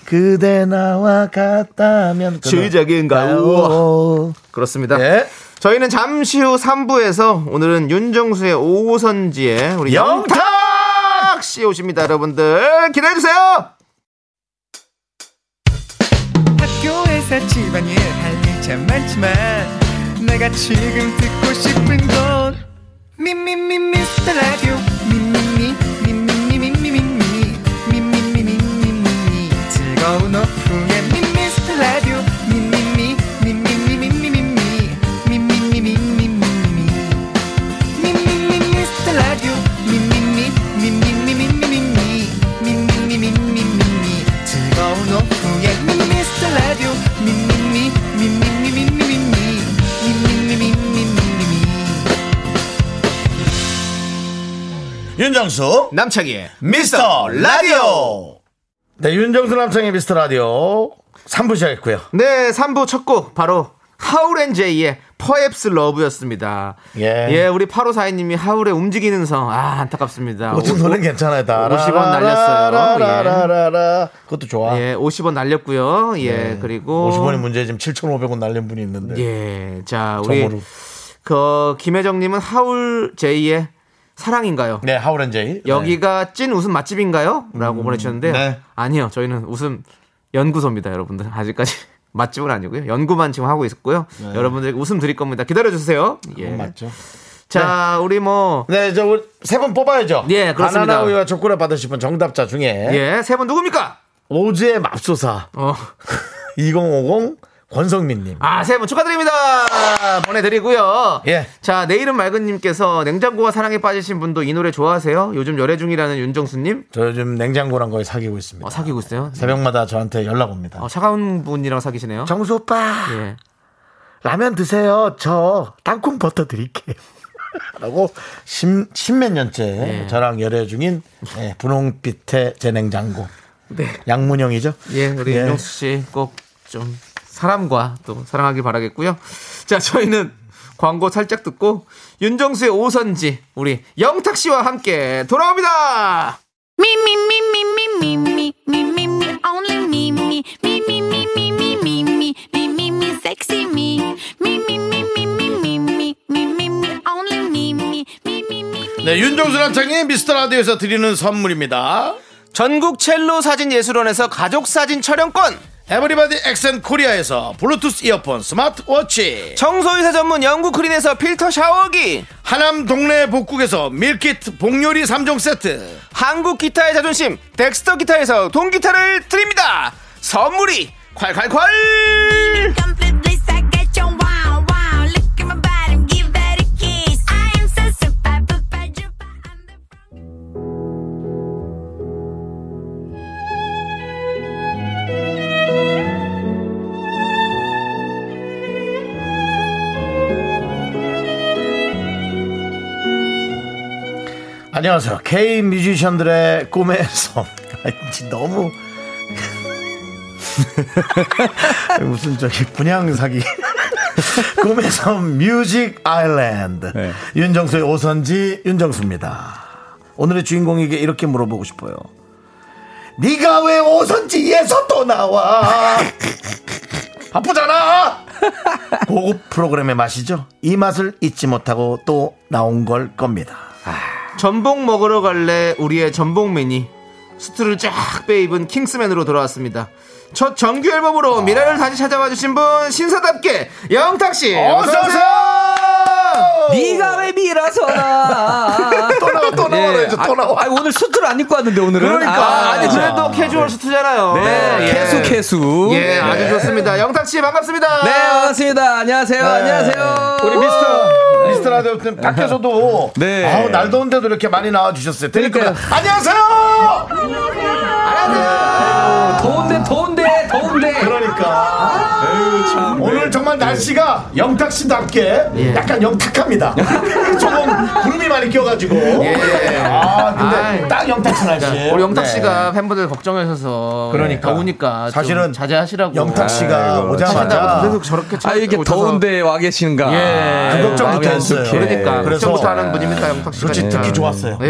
그대 나와 같다면
시작인가요? 그렇습니다.
예.
저희는 잠시 후 3부에서 오늘은 윤정수의 오선지에 우리
영탁!
영탁 씨 오십니다. 여러분들 기다려주세요.
학교에서 집안일 할 일 참 많지만 내가 지금 듣고 싶은 건 미미미 미스터 라디오 미미미 미미미 미미미 미미미 미미미 즐거운 오후에 미스터 라디오 미미미 미미미 미미미 미미미 미미미 미미미 미스터 라디오 미미미 미미미 미미미 미미미 미미미 즐거운 오후에 미스터 라디오 미미미 미미미 미미미 미미미 미미미
윤정수
남창희의
미스터 라디오. 네, 윤정수 남창의 미스터 라디오 3부 시작했고요.
네, 3부 첫 곡 바로 하울앤제이의 퍼앱스 러브였습니다.
예.
우리 8542님이 하울의 움직이는 성. 아, 안타깝습니다.
어떤
오-
노래는 괜찮아요. 다
50원 날렸어요.
라라라라라. 그것도 좋아.
예, 50원 날렸고요. 예,
네.
그리고
50원이 문제 지금 7,500원 날린 분이 있는데.
예. 자, 우리
정모로.
그 김혜정 님은 하울 제이의 사랑인가요?
네, 하울앤제이.
여기가 찐 웃음 맛집인가요? 라고 보내주셨는데
네.
아니요 저희는 웃음 연구소입니다 여러분들 아직까지 <laughs> 맛집은 아니고요 연구만 지금 하고 있고요 여러분들에게 웃음 드릴 겁니다 기다려주세요 예.
네, 맞죠.
자 우리 뭐
네, 저 우리 세분 뽑아야죠.
예, 그렇습니다.
바나나 우유와 초콜릿 받으실 분 정답자 중에
예, 세 분 누굽니까?
오즈의 맙소사
어.
2050 권성민 님.
아, 세 분 축하드립니다. 보내드리고요.
예.
자, 내일은 맑은님께서 냉장고와 사랑에 빠지신 분도 이 노래 좋아하세요? 요즘 열애 중이라는 윤정수님?
저 요즘 냉장고랑 거의 사귀고 있습니다.
어, 사귀고 있어요?
새벽마다 저한테 연락 옵니다.
어, 차가운 분이랑 사귀시네요.
정수 오빠.
예.
라면 드세요. 저 땅콩 버터 드릴게요. <laughs> 라고 십, 십몇 년째
예.
저랑 열애 중인 예, 분홍빛의 제 냉장고.
네.
양문형이죠?
예, 우리
예.
윤정수 씨 꼭 좀 사람과 또 사랑하길 바라겠고요. 자, 저희는 광고 살짝 듣고 윤정수의 오선지 우리 영탁 씨와 함께 돌아옵니다.
Me me me me me me me me me me only me me me me me me me me me me me me sexy me me me me me me me me me me me only me me me me me
네, 윤종수 남창의 미스터 라디오에서 드리는 선물입니다.
전국 첼로 사진 예술원에서 가족 사진 촬영권.
에브리바디 엑센 코리아에서 블루투스 이어폰, 스마트워치,
청소이사 전문 영국 크린에서 필터 샤워기
하남 동네 복국에서 밀키트 복요리 3종 세트,
한국 기타의 자존심 덱스터 기타에서 동기타를 드립니다 선물이 콸콸콸
completely psycho wow wow look at my body give that a kiss I am so super super duper I'm the
네, 안녕하세요. K 뮤지션들의 꿈의 섬. 아니, 너무 무슨 저기 분양 사기. 꿈의 섬 뮤직 아일랜드.
네.
윤정수의 오선지 윤정수입니다. 오늘의 주인공에게 이렇게 물어보고 싶어요. 네가 왜 오선지에서 또 나와? 바쁘잖아. 고급 프로그램의 맛이죠. 이 맛을 잊지 못하고 또 나온 걸 겁니다.
전복 먹으러 갈래 우리의 전복 미니 수트를 쫙 빼입은 킹스맨으로 돌아왔습니다. 첫 정규 앨범으로 미라를 다시 찾아와 주신 분 신사답게 영탁 씨 어서 오세요.
네가 왜 미라서 나?
또 나와 또 나와 이제 또 나와.
아, <laughs> 오늘 수트를 안 입고 왔는데 오늘은.
그러니까 아, 니
진짜.
그래도 캐주얼 수트잖아요.
네, 캐수 캐수.
예, 아주 좋습니다. 영탁 씨 반갑습니다.
네, 반갑습니다. 안녕하세요.
네.
안녕하세요.
우리 미스터 미스터 라디오 때 밖에서도
어. 네.
아우 날 더운데도 이렇게 많이 나와 주셨어요. 그러니까
그러니까요.
안녕하세요.
더운데 더운데 더운데.
그러니까 오늘 정말 날씨가 영탁 씨답게 약간 영탁합니다. 조금 구름이 많이 껴가지고 아 근데
아이. 그러니까
딱 영탁 씨 날씨.
우리 영탁
네.
씨가 팬분들 걱정하셔서
그러니까.
더우니까
사실은
사실은 자제하시라고
네.
네.
영탁 씨가 오자마자
계속 저렇게
아 이렇게
웃어서
네,
더운데 와 계신가?
예.
그 걱정부터
마음이 안
했어요.
좋게.
그러니까
그래서-
걱정부터 하는 분입니까 영탁 씨가
솔직히
진짜.
듣기 좋았어요.
예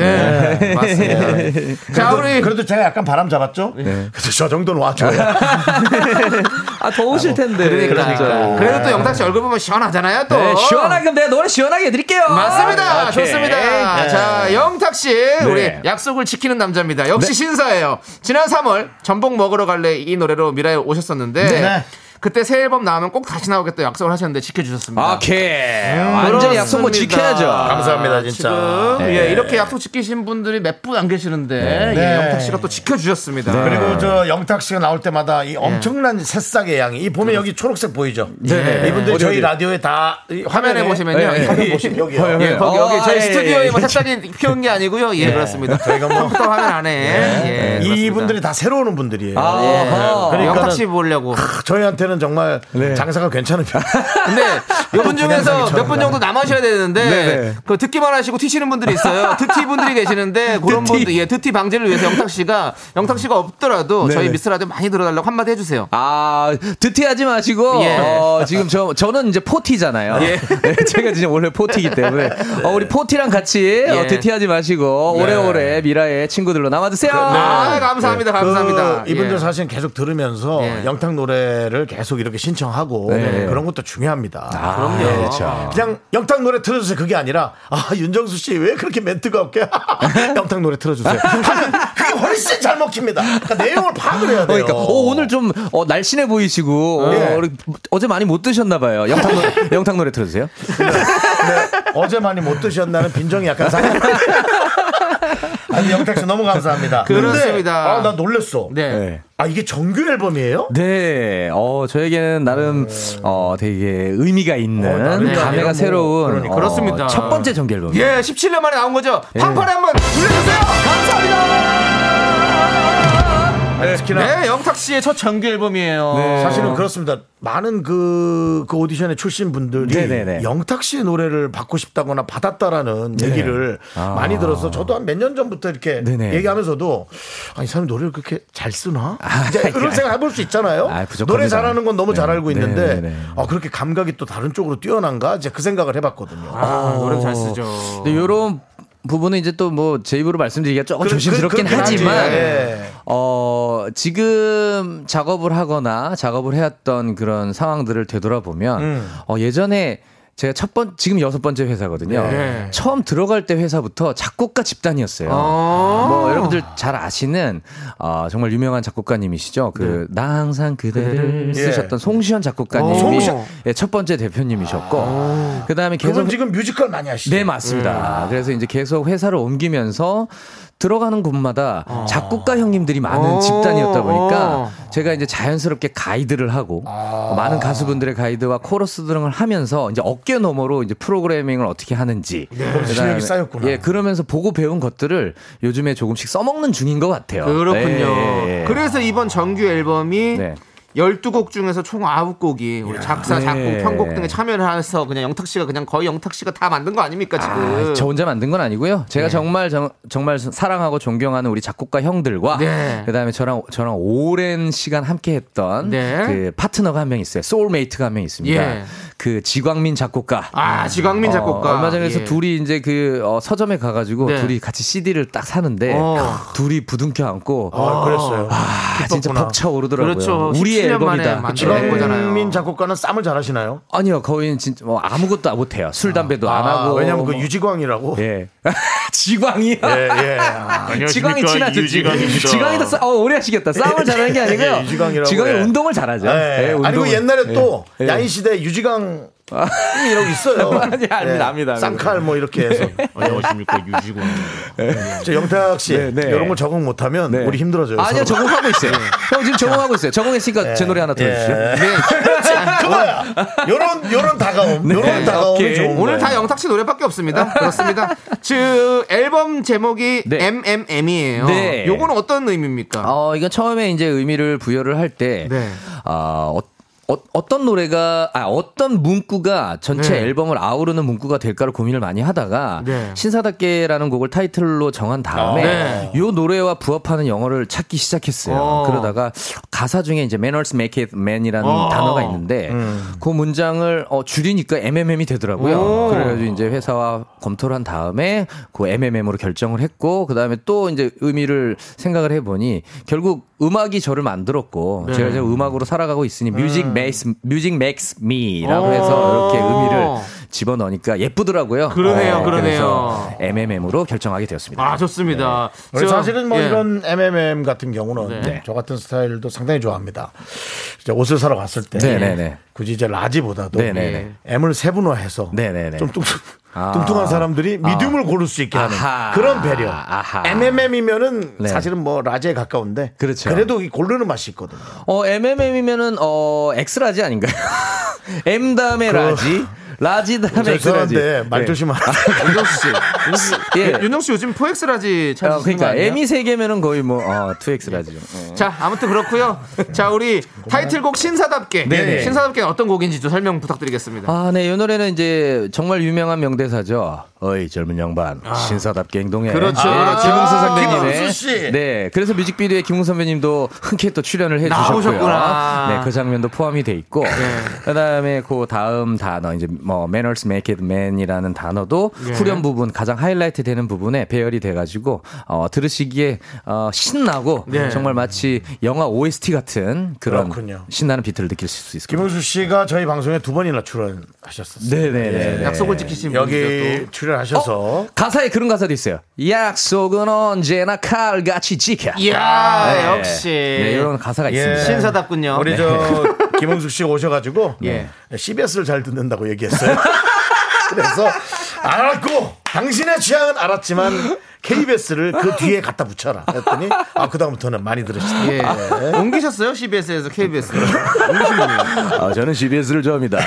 네.
맞습니다. 자
예, 그래도,
우리
그러니까.
그래도 제가 약간 바람 잡았죠? 예. 네. 그래서 저 정도는 와줘요.
아 더우실 텐데.
그러니까.
진짜.
그래도 또 영탁 씨 얼굴 보면 시원하잖아요 또.
네, 시원하게 아, 그럼 내가 노래 시원하게 해드릴게요.
맞습니다. 좋습니다.
네.
자, 영탁 씨,
네.
우리 약속을 지키는 남자입니다. 역시 신사예요. 지난 3월 전복 먹으러 갈래 이 노래로 미라에 오셨었는데
네.
그때 새 앨범 나오면 꼭 다시 나오겠다 약속을 하셨는데 지켜주셨습니다.
아,
음,
오케이. 완전 약속 뭐
그렇습니다. 아,
지켜야죠. 네.
감사합니다, 진짜.
지금 예, 이렇게 약속 지키신 분들이 몇 분 안 계시는데
네.
예, 영탁 씨가 또 지켜주셨습니다.
네.
그리고 저 영탁 씨가 나올 때마다 이 엄청난 새싹의 양이 이 보면 여기 초록색 보이죠?
네.
이분들
어디,
저희
어디?
라디오에 다이
화면에
화면에
보시면요.
예, 예.
화면 보시면 여기요.
예, 거기
어,
여기 저희
예, 예,
스튜디오에
예.
뭐 색깔이 피운 게 아니고요. 예, 그렇습니다.
저희가 뭐-
컴퓨터 화면 안에 예, 그렇습니다. 예.
이분들이 다 새로 오는 분들이에요.
아하.
그러니까는
영탁 씨 보려고.
저희한테는 정말
네.
장사가 괜찮은 편.
근데 네. 이분 중에서 몇 분 정도 남으셔야 되는데
네네.
그 듣기만 하시고 튀시는 분들이 있어요. 듣티 분들이 계시는데 그런 분들 예 듣티 방지를 위해서 영탁 씨가 영탁 씨가 없더라도 저희 미스 라디오 많이 들어달라고 한마디 해주세요.
아, 드티하지 마시고,
예.
어, 지금 저, 저는 이제 포티잖아요.
예.
네, 제가 진짜 원래 포티이기 때문에. 어, 우리 포티랑 같이 어,
예.
드티하지 마시고, 오래오래 미라의 친구들로 남아주세요.
아 감사합니다 감사합니다.
그 이분들
예.
사실 계속 들으면서
예.
영탁 노래를 계속 이렇게 신청하고
네.
그런 것도 중요합니다.
아,
예.
그럼요. 그렇죠.
그냥 영탁 노래 틀어주세요. 그게 아니라 아 윤정수 씨 왜 그렇게 멘트가 없게 <laughs> 영탁 노래 틀어주세요. 하면 그게 훨씬 잘 먹힙니다. 그러니까 내용을 파악을 해야 돼요.
그러니까, 어, 오늘 좀, 어, 날씬해 보이시고, 어,
예.
우리 어제 많이 못 드셨나봐요. 영탁 노래, 영탁 노래 틀어주세요.
네. 어제 많이 못 드셨나는 빈정이 약간
<laughs>
상해. 아니 영탁 씨 너무 감사합니다. 근데,
그렇습니다.
아, 나 놀랬어.
네.
네.
아 이게 정규 앨범이에요?
네, 어, 저에게는 나름, 어, 되게 의미가
어, 나름
있는,
나름
감회가
뭐,
새로운,
그러니까.
어,
그렇습니다.
첫 번째 정규 앨범.
예, 17년 만에 나온 거죠. 팡팡 한번 불러주세요.
아니, 특히나
네, 영탁 씨의 첫 정규 앨범이에요.
네.
어.
사실은 그렇습니다. 많은 그, 그 오디션에 출신 분들이
네네네. 네.
영탁 씨의 노래를 받고 싶다거나 받았다라는 얘기를 많이 들어서 저도 한 몇 년 전부터 이렇게
아. 네네.
얘기하면서도 아니, 이 사람이 노래를 그렇게 잘 쓰나? 이제 이런 생각 해볼 수 있잖아요.
아, 부족합니다.
노래 잘하는 건 너무 잘 알고 있는데
네네네.
아, 그렇게 감각이 또 다른 쪽으로 뛰어난가? 이제 그 생각을 해봤거든요.
아, 노래 잘 쓰죠.
근데 요런 부분은 이제 또 뭐 제 입으로 말씀드리기가 아, 조금
어. 그-
조심스럽긴
그- 그렇긴
하지만
하지. 예.
어 지금 작업을 하거나 작업을 해왔던 그런 상황들을 되돌아보면
음.
어 예전에 제가 첫 번 지금 여섯 번째 회사거든요.
예.
네.
처음 들어갈 때 회사부터 작곡가 집단이었어요.
어.
뭐 여러분들 잘 아시는 어, 정말 유명한 작곡가님이시죠. 그 나 항상 그대를 쓰셨던 송시현 작곡가님이
네. 예. 어, 송시현. 아.
예, 첫 번째 대표님이셨고 그다음에 계속
그분 지금 뮤지컬 음. 많이 하시죠?
네 맞습니다. 그래서 이제 계속 회사를 옮기면서 들어가는 곳마다
아.
작곡가 형님들이 많은
어.
집단이었다 보니까
어.
제가 이제 자연스럽게 가이드를 하고
아.
많은 가수분들의 가이드와 코러스 등을 하면서 이제 어깨 너머로 이제 프로그래밍을 어떻게 하는지 그다음에-
실력이 네. 쌓였구나.
예 그러면서 보고 배운 것들을 요즘에 조금씩 써먹는 중인 것 같아요.
그렇군요.
예, 예, 예.
그래서 이번 정규 앨범이
네.
12곡 중에서 총 9곡이 우리 작사, 작곡,
네.
편곡 등에 참여를 해서 그냥 영탁 씨가 그냥 거의 영탁 씨가 다 만든 거 아닙니까, 지금?
아, 저 혼자 만든 건 아니고요.
예.
제가 정말 정, 말 사랑하고 존경하는 우리 작곡가 형들과
네.
그다음에 저랑 저랑 오랜 시간 함께했던
네.
그 파트너가 한 명 있어요. 소울메이트가 한 명 있습니다.
예.
그 지광민 작곡가.
아, 지광민
어,
작곡가.
얼마 전에서
예.
둘이 이제 그 어, 서점에 가가지고
네.
둘이 같이 CD를 딱 사는데
어.
둘이 부둥켜 안고
아, 그랬어요.
아, 진짜 벅차 오르더라고요.
그렇죠.
우리의
17년 만에
앨범이다.
만든
그쵸?
앨범.
네.
거잖아요.
지광민 작곡가는 쌈을 잘 하시나요?
아니요, 거의 진짜 뭐 아무것도 못해요. 술 담배도 안
아,
하고.
왜냐면 그
뭐.
유지광이라고.
예. <laughs> 지광이요.
<laughs>
네.
예, 예.
지광이 친하죠.
유지광입니다.
지광이도 싸, 어, 오래 하시겠다. 싸움을 잘하는 게 아니고요.
예, 유지광이라고,
지광이
예.
운동을 잘하죠.
예.
예,
아니, 그
운동을.
옛날에 또
예. 아.
야인 시대 유지광 이라고 있어요.
<laughs>
예.
아니, 압니다, 압니다, 압니다. 예.
쌍칼 뭐 이렇게 해서.
안녕하십니까 아, 유지광.
저 영탁 씨
네, 네.
이런 걸 적응 못하면
네.
우리 힘들어져요.
아니요,
서로.
적응하고 있어요. 형 지금 적응하고 있어요. 적응했으니까 제 노래 하나 더 해주시죠. 네.
예. 그거야. 요런 요런 다가옴. 요런 다가옴이
오케이.
좋은
오늘
거예요.
다 영탁 씨 노래밖에 없습니다.
<laughs>
그렇습니다. 즉 앨범 제목이
네.
MMM이에요.
네.
요건 어떤 의미입니까?
어, 이건 처음에 이제 의미를 부여를 할 때,
네.
아, 어, 떤 노래가, 아, 어떤 문구가 전체
네.
앨범을 아우르는 문구가 될까를 고민을 많이 하다가,
네.
신사답게라는 곡을 타이틀로 정한 다음에,
네.
요 노래와 부합하는 영어를 찾기 시작했어요.
어.
그러다가 가사 중에 이제 manners make it man이라는
어. 음.
단어가 있는데, 그 문장을 어, 줄이니까 MMM이 되더라고요.
오.
그래가지고 이제 회사와 검토를 한 다음에 그 MMM으로 결정을 했고 그 다음에 또 이제 의미를 생각을 해보니 결국 음악이 저를 만들었고
네.
제가 이제 음악으로 살아가고 있으니 music makes music makes me라고 해서
오.
이렇게 의미를 집어 넣으니까 예쁘더라고요.
어. 그러네요,
그래서
그러네요.
MMM으로 결정하게 되었습니다.
아 좋습니다.
네.
그래서
저-
사실은 뭐
예.
이런 MMM 같은 경우는
네.
저 같은 스타일도 상당히 좋아합니다. 이제 옷을 사러 갔을 때
네, 네, 네.
굳이 이제 라지보다도
네, 네, 네.
M을 세분화해서
네, 네, 네.
좀 뚱뚱,
아.
뚱뚱한 사람들이 미디움을 고를 수 있게 하는
아하.
그런 배려.
아하.
MMM이면은
네.
사실은 뭐 라지에 가까운데
그렇죠.
래도이 고르는 맛이
<laughs>
있거든요.
어, MMM이면은, 어, X라지 아닌가요? <laughs> M 다음에 라지, 라지
어,
다음에 X라지.
죄송한데 말
네.
조심하세요.
아, 윤정수 씨, 윤정수 씨.
예.
윤정수 씨 요즘 포엑스라지 찾으시는
어, 그러니까
거 아니에요?
M이 세 개면은 거의 뭐 어, 2X라지.
자 아무튼 그렇고요. 자 우리 타이틀곡 신사답게
네네.
신사답게 어떤 곡인지 좀 설명 부탁드리겠습니다.
아, 네, 이 노래는 이제 정말 유명한 명대사죠. 어이 젊은 양반, 신사답게 행동해.
아. 그렇죠.
네,
아,
김웅수 선배님의.
김웅수 씨.
네, 그래서 뮤직비디오에 김웅수 선배님도 흔쾌히 또 출연을 해주셨고요.
나오셨구나. 네.
네, 그 장면도 포함이 돼 있고. 그다음에 그 다음 단어 이제 뭐 manners make it man이라는 단어도
네.
후렴 부분 가장 하이라이트 되는 부분에 배열이 돼가지고 어, 들으시기에 어, 신나고
네.
정말 마치 영화 OST 같은 그런
그렇군요.
신나는 비트를 느낄 수 있을 겁니다.
김은수 씨가 저희 방송에 두 번이나 출연하셨었어요.
네네네.
약속을 지키신
여기
분이죠
출연하셔서
가사에 그런 가사도 있어요. 약속은 언제나 칼같이 지켜.
또. 이야
네.
예, 역시 예.
네, 이런 가사가 있습니다.
신사답군요. 네.
우리 저 김홍숙 씨가
<laughs>
오셔가지고 네,
예.
CBS를 잘 듣는다고 얘기했어요. <laughs> 그래서 알았고 당신의 취향은 알았지만 KBS를 그 뒤에 갖다 붙여라 했더니 아 그다음부터는 많이 들으시다.
예. 옮기셨어요 CBS에서 KBS.
네,
옮기신 분이에요.
아, 저는 CBS를 좋아합니다.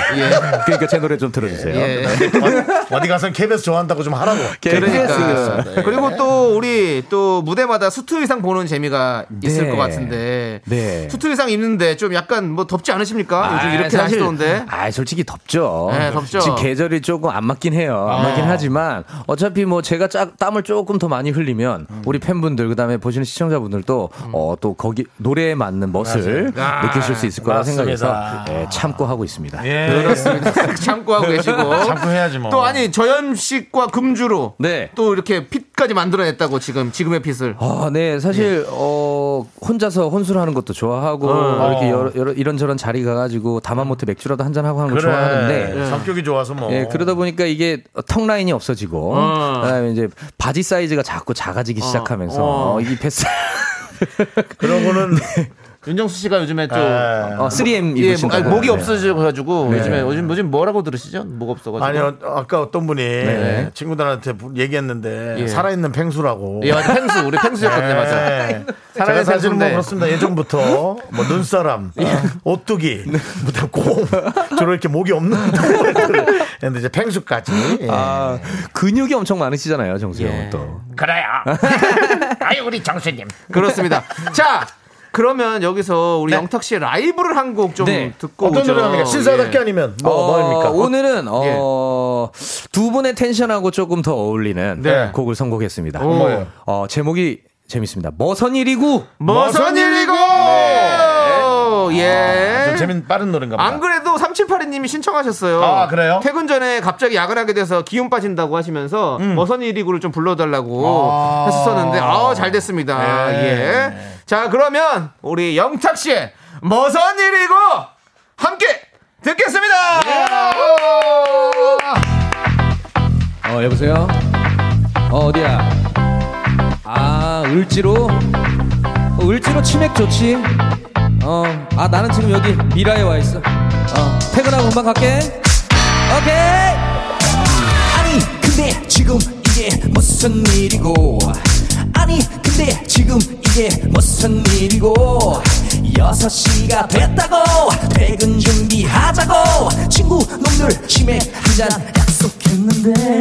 그러니까 제 노래 좀 들어주세요.
예.
네,
어디- 어디 가서 KBS 좋아한다고 좀 하라고.
그러니까.
예.
그리고 또 우리 또 무대마다 수트 의상 보는 재미가 있을
네.
것 같은데
네.
수트 의상 입는데 좀 약간 뭐 덥지 않으십니까? 요즘 이렇게
아, 사실-
하시던데
아, 솔직히 덥죠.
네, 덥죠.
지금 계절이 조금 안 맞긴 해요. 안 맞긴 하지만 어차피 뭐 제가 짜- 땀을 조금 더 많이 흘리면 우리 팬분들 그다음에 보시는 시청자분들도 어, 또 거기 노래에 맞는 멋을
아,
느끼실 수 있을 거라
맞습니다.
생각해서 예, 참고 하고 있습니다.
네. 그렇습니다. 참고 하고 계시고
참고 해야지 뭐.
또 아니 저염식과 금주로
네.
또 이렇게 핏까지 만들어냈다고 지금 지금의 핏을
아, 네. 사실 어 혼자서 혼술하는 것도 좋아하고 이렇게 여러, 여러- 이런저런 자리 가가지고 다마모테 맥주라도 한잔 하고 하는 걸
그래.
좋아하는데.
성격이 좋아서 뭐.
예, 그러다 보니까 이게 턱 라인이 없어지고,
어.
그다음에 이제 바지 사이즈가 자꾸 작아지기 시작하면서
어.
어, 이 패스
그러고는
윤정수 씨가 요즘에 좀
아,
<laughs> 어, 3M
예, 목,
입으신다고.
아니, 목이
네.
없어져가지고 요즘에 요즘 요즘 뭐라고 들으시죠? 목 없어가지고
아니요 아까 어떤 분이
네.
친구들한테 얘기했는데
예.
살아있는 팽수라고.
예 맞아 펭수 우리 펭수였거든요 맞아
네.
살아있는
제가 사실은 뭐
펭수인데.
그렇습니다. 예전부터 뭐 눈사람, 오뚜기, 그다음 곰, 저런 이렇게 목이 없는 <laughs> 동물들. 근데 이제 펭수까지. 예.
아, 근육이 엄청 예. 많으시잖아요, 정수 형은 또.
그래요. 아이 우리 정수님.
그렇습니다. 자, 그러면 여기서 우리
네.
영탁 씨의 라이브를 한 곡 좀
네.
듣고
어떤
오죠. 예.
노래 합니까? 신사답게 아니면 뭐,
어,
뭐입니까?
오늘은 어, 두 분의 텐션하고 조금 더 어울리는
네.
곡을 선곡했습니다.
오.
뭐예요?
어, 제목이 재밌습니다. 머선 일이고
머선 일이고
네.
예.
아, 좀 재밌는 빠른 노래인가 보다.
안 그래도 3782님이 신청하셨어요.
아, 그래요?
퇴근 전에 갑자기 야근하게 돼서 기운 빠진다고 하시면서 머선 일이고를 좀 불러달라고
음. 아.
했었는데 아, 잘 됐습니다.
네.
예. 자, 그러면 우리 영탁 씨의 머선 일이고 함께 듣겠습니다.
어, 여보세요? 어, 어디야? 아, 을지로? 어, 을지로 치맥 좋지? 어, 아, 나는 지금 여기 미라에 와 있어. 어, 퇴근하고 금방 갈게. 오케이!
아니 근데 지금 이게 무슨 일이고 아니 근데 지금 이게 무슨 일이고 여섯 시가 됐다고 퇴근 준비하자고 친구 놈들 치맥 한잔 약속했는데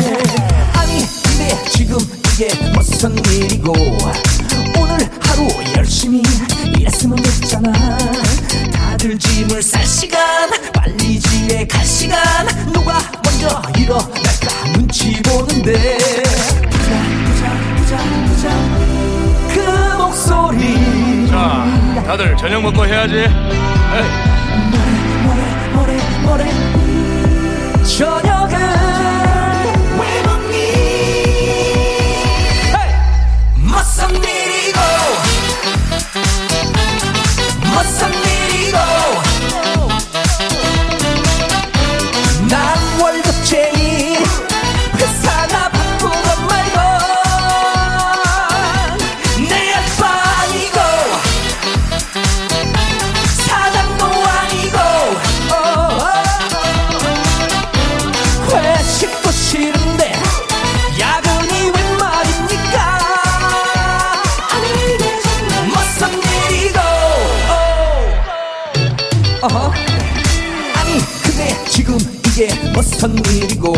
아니 근데 지금 이게 무슨 일이고 오늘 하루 열심히 일했으면 됐잖아 다들 짐을 쌀 시간 빨리 집에 갈 시간 누가 먼저 일어날까 눈치 보는데 부자 부자 부자 부자 그 목소리
다들 저녁 먹고 해야지
모래 모래 모래 저녁은 왜 먹니 무슨 일이고 무슨 일이고 난 월급쟁이 회사가 바쁜 것 말고 내 아빠이고 사장도 아니고 어, 회식도 싫은데 야근이 웬 말입니까 무슨 일이고 어. 어허. 아니 근데 지금 이게 무슨 일이고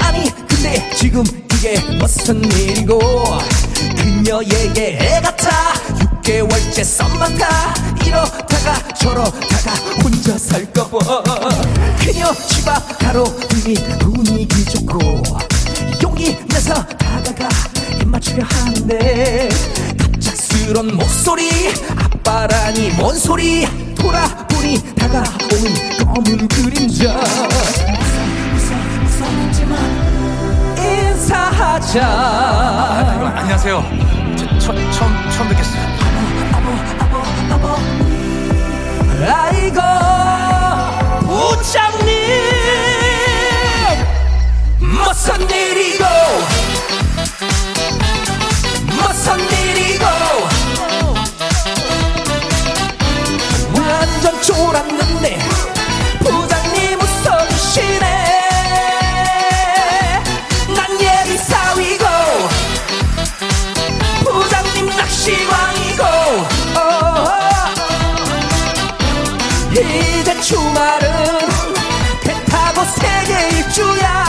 아니 근데 지금 이게 무슨 일이고 그녀에게 애 같아 6개월째 썸만 타 이러다가 저러다가 혼자 살까봐 그녀 집 앞 가로등이 분위기 좋고 용이 내서 다가가 입 맞추려 하는데 갑작스런 목소리 아빠라니 뭔 소리 돌아보니 다가오는 검은 그림자 웃어, 웃어, 웃지만 인사하자
안녕하세요. 처음, 처음 뵙겠어요.
아이고 부장님 무슨 일이고 무슨 일이고 완전 쫄았는데 부장님 웃어주시네 난 예비 사위고 부장님 낚시광이고 어. 이제 주말은 배 타고 세계 일주야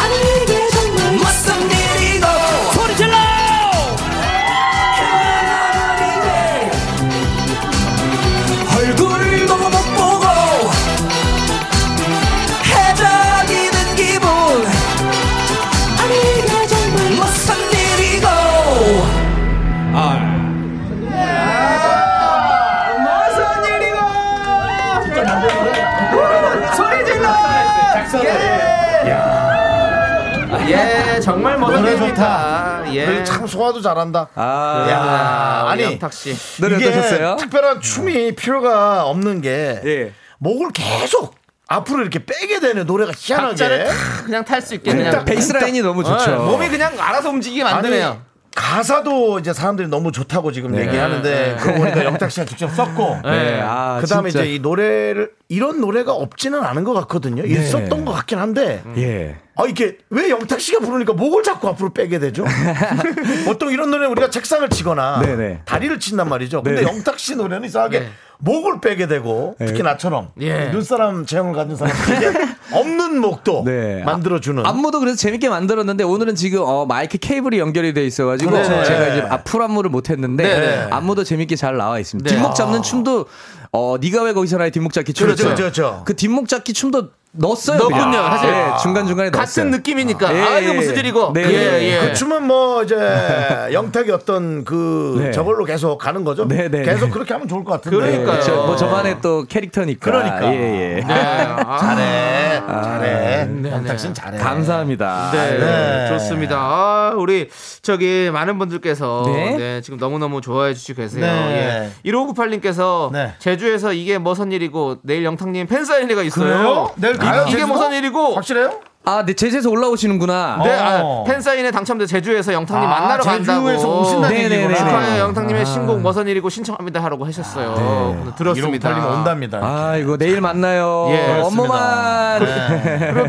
아니 이게 정말 무슨 일이고 소리 질러 얼굴도 못 보고 해적이는 기분 아니 이게 정말 무슨 일이고
무슨 일이고 소리 질러 예. 예 정말 무슨
노래
일입니다
그리고
예
참 소화도 잘한다.
아,
야,
아니
아니
양탁 씨
노래
이게
어떠셨어요?
특별한 춤이 필요가 없는 게
예.
목을 계속 앞으로 이렇게 빼게 되는 노래가 희한하게
박자를 탁 그냥 탈 수 있게 그냥
베이스라인이 너무 좋죠.
어, 몸이 그냥 아, 알아서 움직이게 만드네요
가사도 이제 사람들이 너무 좋다고 지금 얘기하는데 그러고 보니까 영탁 씨가 직접 썼고
<laughs>
예.
네, 아,
그다음에
진짜.
이제 이 노래를 이런 노래가 없지는 않은 것 같거든요. 있었던 것 같긴 한데
네. 예.
아 이게 왜 영탁 씨가 부르니까 목을 자꾸 앞으로 빼게
<laughs>
되죠? 보통 이런 노래 우리가 책상을 치거나
네네.
다리를 친단 말이죠. 근데
네네. 네.
영탁 씨 노래는 이상하게 목을 빼게 되고 특히 나처럼
예.
눈사람 체형을 가진
<laughs>
사람들에게 없는 목도
네.
만들어주는
안무도 그래서 재밌게 만들었는데 오늘은 지금 어, 마이크 케이블이 연결이 돼 있어가지고
그렇죠.
제가
네.
이제 아, 앞풀 안무를 못했는데
네.
안무도 재밌게 잘 나와 있습니다.
네.
뒷목 잡는 춤도 어 네가 왜 거기서 나의 뒷목 잡기 춤을
그렇죠,
춰요.
그렇죠.
그 뒷목 잡기 춤도 넣었어요.
넣었군요,
그냥.
사실. 아,
네, 중간 중간에
같은
넣었어요.
느낌이니까.
예,
아, 이거
예.
무슨 일이고.
네.
예, 예.
그 춤은 뭐
<laughs>
이제 영탁이 어떤 그
네.
저걸로 계속 가는 거죠.
네, 네,
계속
네.
그렇게 하면 좋을 것 같은데.
그러니까요.
네, 저, 뭐 저만의 또 캐릭터니까.
그러니까.
예, 예.
네. 아,
잘해, 잘해.
네,
영탁
네.
씨는 잘해.
감사합니다.
네,
네.
좋습니다. 아, 우리 저기 많은 분들께서 네?
네.
지금 너무너무 좋아해 주시고 계세요.
네.
예. 1598님께서
네.
제주에서 이게 뭐선 일이고 내일 영탁님 팬사인회가 있어요.
그래요? 내일 가요,
이게, 이게
제주도?
뭐선 일이고
확실해요?
아, 네, 제주에서 올라오시는구나.
네,
어.
아, 팬사인회 당첨돼 제주에서 영탁님
아,
만나러 간다고.
제주에서 오신다는
네네네.
얘기구나. 아.
축하해요,
네.
영탁님의 신곡 뭐선 일이고 신청합니다 하라고 하셨어요. 오늘 들었습니다.
네. 이런 거 걸리면 온답니다.
아이고, 내일 만나요.
예, 그렇습니다. 네.
엄마만.
네.
<laughs>
그리고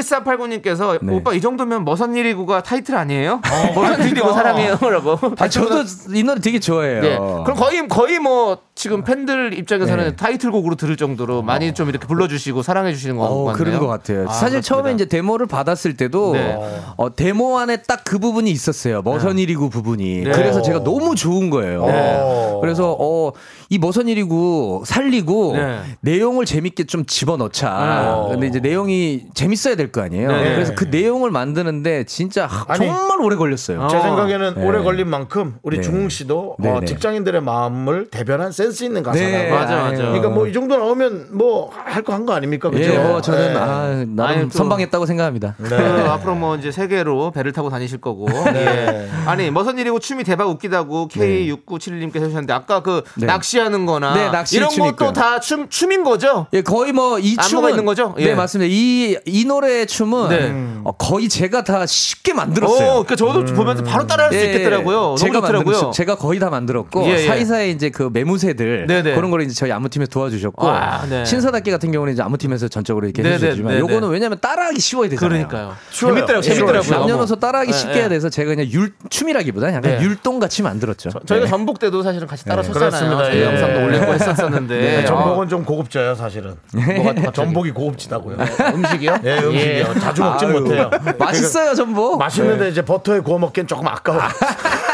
K1489님께서 오빠 이 정도면 머선 일이고가 타이틀 아니에요?
어.
머선
그러니까.
일이고 사랑해요라고.
아, 저도 이 노래 되게 좋아해요.
예. 그럼 거의 거의 뭐 지금 팬들 입장에서는
네.
타이틀곡으로 들을 정도로 많이 좀 이렇게 불러주시고 사랑해 주시는 것
어,
같네요.
그런 것 같아요.
아,
사실
그렇습니다.
처음에 이제 데모를 받았을 때도
네.
어, 데모 안에 딱 그 부분이 있었어요. 머선일이구 부분이.
네.
그래서 제가 너무 좋은 거예요.
네.
그래서 어, 이 머선일이구 살리고
네.
내용을 재밌게 좀 집어넣자.
네.
근데 이제 내용이 재밌어야 될 거 아니에요.
네.
그래서 그 내용을 만드는데 진짜 하-
아니,
정말 오래 걸렸어요.
어.
제 생각에는
네.
오래 걸린 만큼 우리
네.
중흥 씨도
네,
어,
네.
직장인들의 마음을 대변한 센스 있는 가사라고.
맞아, 맞아.
그러니까 뭐 이 정도 나오면 뭐 할 거 한 거 아닙니까? 그죠?
예, 뭐 저는
네.
아, 나름
아니, 또-
선방했다고 생각합니다.
그
<laughs>
앞으로 뭐 이제 세계로 배를 타고 다니실 거고.
네.
예. 아니, 머선 일이고 춤이 대박 웃기다고 K697님께서 하셨는데 아까 그
네.
낚시하는 거나
네, 낚시
이런
춤이니까요.
것도 다 춤, 춤인 거죠?
예, 거의 뭐 이
안무가
춤은
있는 거죠? 예.
네, 맞습니다. 이, 이 노래의 춤은
네.
어, 거의 제가 다 쉽게 만들었어요.
오, 그러니까 저도 보면서 바로 따라할 수
예,
있겠더라고요. 너무
제가
좋더라고요.
만들었어요. 제가 거의 다 만들었고
예, 예.
사이사이 이제 그 매무새들
네네.
그런 걸 이제 저희 안무팀에 도와주셨고
와, 네.
신사답게 같은 경우는 이제 안무팀에서 전적으로 이렇게
네네,
해주셨지만
네네.
요거는 왜냐면 따라하기 쉬워야 되잖아요.
그러니까요.
쉬워요.
재밌더라고요.
예,
재밌더라고요.
남녀노소 따라하기
예,
쉽게
예.
해야 돼서 제가 그냥 율 춤이라기보다 약간
네.
율동같이 만들었죠. 네.
저희가 전북 때도 사실은 같이 따라섰잖아요.
그렇습니다.
저희
예.
영상도 올리고 했었었는데.
네,
어,
전복은 좀 고급져요, 사실은. 뭐가 전복이 고급지다고요. 음식이요? 예, 음식이요. 자주 먹지 못해요.
맛있어요 전부.
맛있는데 이제 버터에 구워 먹기엔 조금 아까워. <laughs>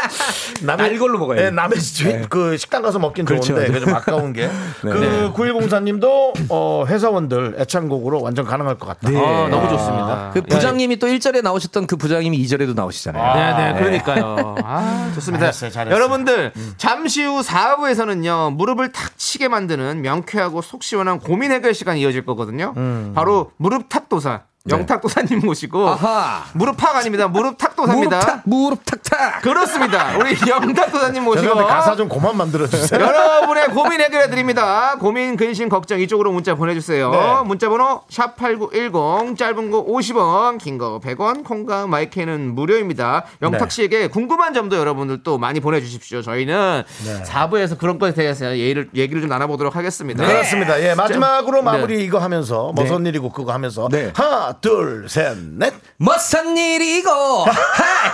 남의
알걸로 먹어요.
예, 남의 집, 그 식당 가서 먹긴
그렇죠.
좋은데 그게 좀 아까운 게. 그 9104님도 어, 회사원들 애창곡으로 완전 가능할 것 같다.
아, 너무 좋습니다.
그 부장님이 또 1절에 나오셨던 그 부장님이 2절에도 나오시잖아요.
네네 그러니까요. <laughs> 아 좋습니다.
잘했어요, 잘했어요. 음.
여러분들 잠시 후 4부에서는요 무릎을 탁 치게 만드는 명쾌하고 속 시원한 고민 해결 시간이 이어질 거거든요.
음.
바로 무릎 탁도사
네.
영탁도사님 모시고
아하.
무릎 팍 아닙니다. 무릎 탁도사입니다.
무릎탁 무릎탁탁.
그렇습니다. 우리 <laughs> 영탁도사님 모시고
죄송한데 가사 좀 그만 만들어주세요.
여러분의 고민 해결해 드립니다. 고민, 근심, 걱정 이쪽으로 문자 보내주세요.
네.
문자 번호 샵 8910 짧은 거 50원 긴 거 100원 콩과 마이크는 무료입니다. 영탁
네.
씨에게 궁금한 점도 여러분들 또 많이 보내주십시오. 저희는
네.
4부에서 그런 것에 대해서 얘기를, 얘기를 좀 나눠보도록 하겠습니다.
그렇습니다. 예, 마지막으로 마무리 이거 하면서
네.
머선 일이고 그거 하면서
네.
하나, 둘, 셋, 넷.
멋선 일이고 하하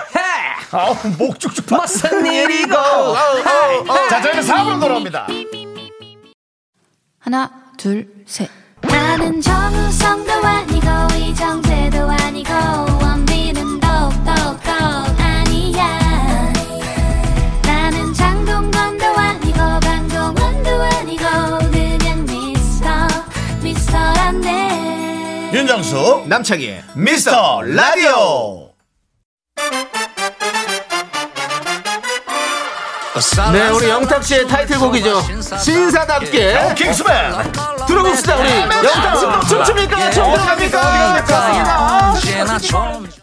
아우 목 쭉쭉.
멋선 일이고
어, 자, 저희는 4부로 돌아옵니다.
하나, 둘, 셋.
나는 정우성도 아니고 이정재도 아니고 원빈은 더욱더 아니야 나는 장동건도 아니고 강동원도 아니고 그냥 미스터 미스터란데
윤정수
남창희의
미스터 라디오.
네, 우리 영탁 씨의 타이틀곡이죠. 신사답게
킹스맨.
들어봅시다, 우리. 영탁 씨도 춤춥니까? 춤추합니까? 그렇습니다.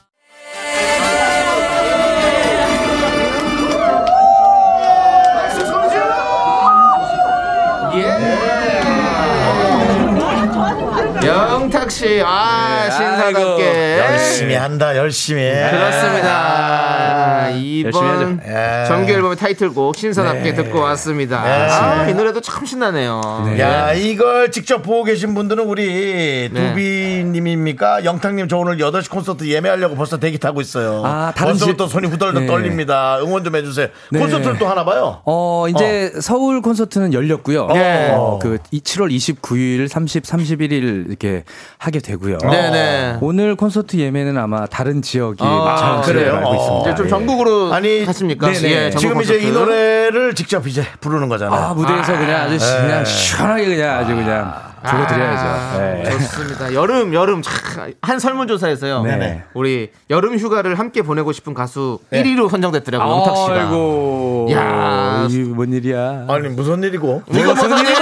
예. 영탁 씨,
네,
아,
예.
신사답게.
열심히 한다, 열심히. 해.
네,
그렇습니다. 이번
예.
정규 앨범의 타이틀곡 신사답게
네.
듣고 왔습니다. 아, 이 노래도 참 신나네요.
야, 이걸 직접 보고 계신 분들은 우리
네.
두비님입니까? 영탁님 저 오늘 8시 콘서트 예매하려고 벌써 대기 타고 있어요.
아, 다른
벌써부터
집-
손이 후덜덜
네.
떨립니다. 응원 좀 해주세요.
네.
콘서트를 또 하나 봐요.
어, 이제 서울 콘서트는 열렸고요.
네.
어, 그 이- 7월 29일, 30, 31일 이렇게 하게 되고요.
네네.
오늘 콘서트 예매는 아마 다른 지역이
아,
잘
그래요?
알고 있습니다.
이제 좀
예.
전국으로
아니,
하십니까?
네네.
예, 전국
지금 이제 이
콘서트.
노래를 직접 이제 부르는 거잖아요.
아, 무대에서 그냥 아주 시- 그냥 시원하게 그냥 아주 그냥
아,
보여드려야죠. 네.
좋습니다. 여름 여름 참, 한 설문조사에서요.
네네.
우리 여름 휴가를 함께 보내고 싶은 가수
네.
1위로 선정됐더라고요. 영탁 씨가.
아이고.
야.
이게 뭔 일이야.
아니, 무슨 일이고?
이거 뭐 무슨
어,
일이야?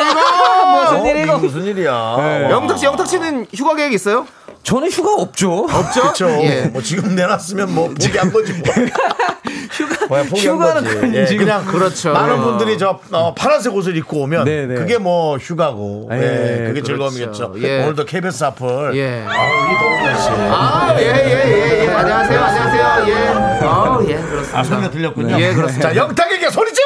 이게 무슨 일이야?
네.
영탁 씨, 영탁 씨는 휴가 계획 있어요?
저는 휴가 없죠.
없죠?
그렇죠.
예.
뭐 지금 내놨으면 뭐 포기한 거지
<laughs>
뭐. 휴가 포기한
<laughs> 휴가는
거지.
그건
예,
지금-
그냥
그렇죠.
많은 분들이 저 어, 파란색 옷을 입고 오면
네, 네.
그게 뭐 휴가고 예,
예,
그게
그렇죠.
즐거움이겠죠.
예.
오늘도 KBS 앞을
예.
아우 이 더운 날씨.
아, 예, 예, 예, 예. 안녕하세요, 안녕하세요. 예. 어, 예, 그렇습니다.
아, 소리가 들렸군요.
예, 그렇습니다.
자, 영탁에게 소리 질러!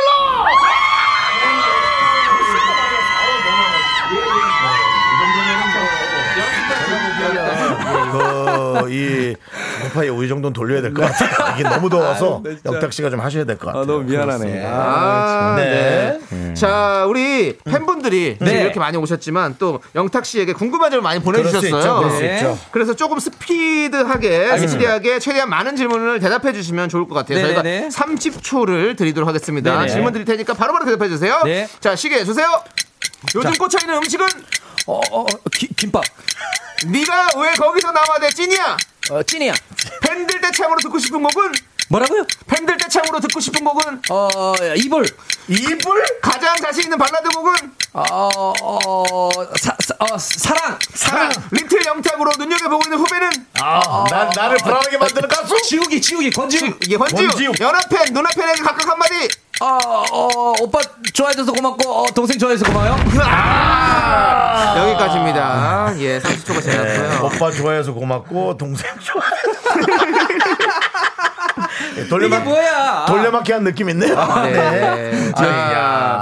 어, 그이 고파의 우유 정도는 돌려야 될 것 같아요. 이게 너무 더워서 영탁 씨가 좀 하셔야 될 것 같아요.
아, 너무 미안하네.
아,
네.
네. 자, 우리
음.
팬분들이 지금 이렇게 많이 오셨지만 또 영탁 씨에게 궁금한 점을 많이
그럴 수 있죠. 그럴
보내주셨어요.
수
네.
있죠.
그래서 조금 스피드하게, 스피디하게 최대한 많은 질문을 대답해 주시면 좋을 것 같아요.
네네네.
저희가 30초를 드리도록 하겠습니다.
네네.
질문 드릴 테니까 바로바로 대답해 주세요.
네.
자, 시계 주세요. 요즘 꽂혀있는 음식은
어, 어, 어, 기- 김밥.
네가 왜 거기서 나와 내 찐이야?
어, 찐이야.
팬들 대창으로 듣고 싶은 곡은?
뭐라고요?
팬들 대창으로 듣고 싶은 곡은?
어, 어, 이불.
이불?
가장 자신 있는 발라드 곡은?
어, 어, 사, 사, 어, 사랑.
사랑! 리틀 영탁으로 눈여겨보고 있는 후배는?
아, 나, 나를 불안하게 만드는 가수?
지우기, 지우기, 권지우.
이게
권지우.
권지우 연합팬 누나팬에게 각각 한마디
어, 어, 오빠 좋아해줘서 고맙고, 어, 동생 좋아해서 고마워요.
여기까지입니다 예
네.
30초가 지났고요
오빠 좋아해서 고맙고 동생
<laughs>
좋아해서 돌려막
뭐야? 아,
돌려막기 한 느낌 있네요.
네.
네.
자,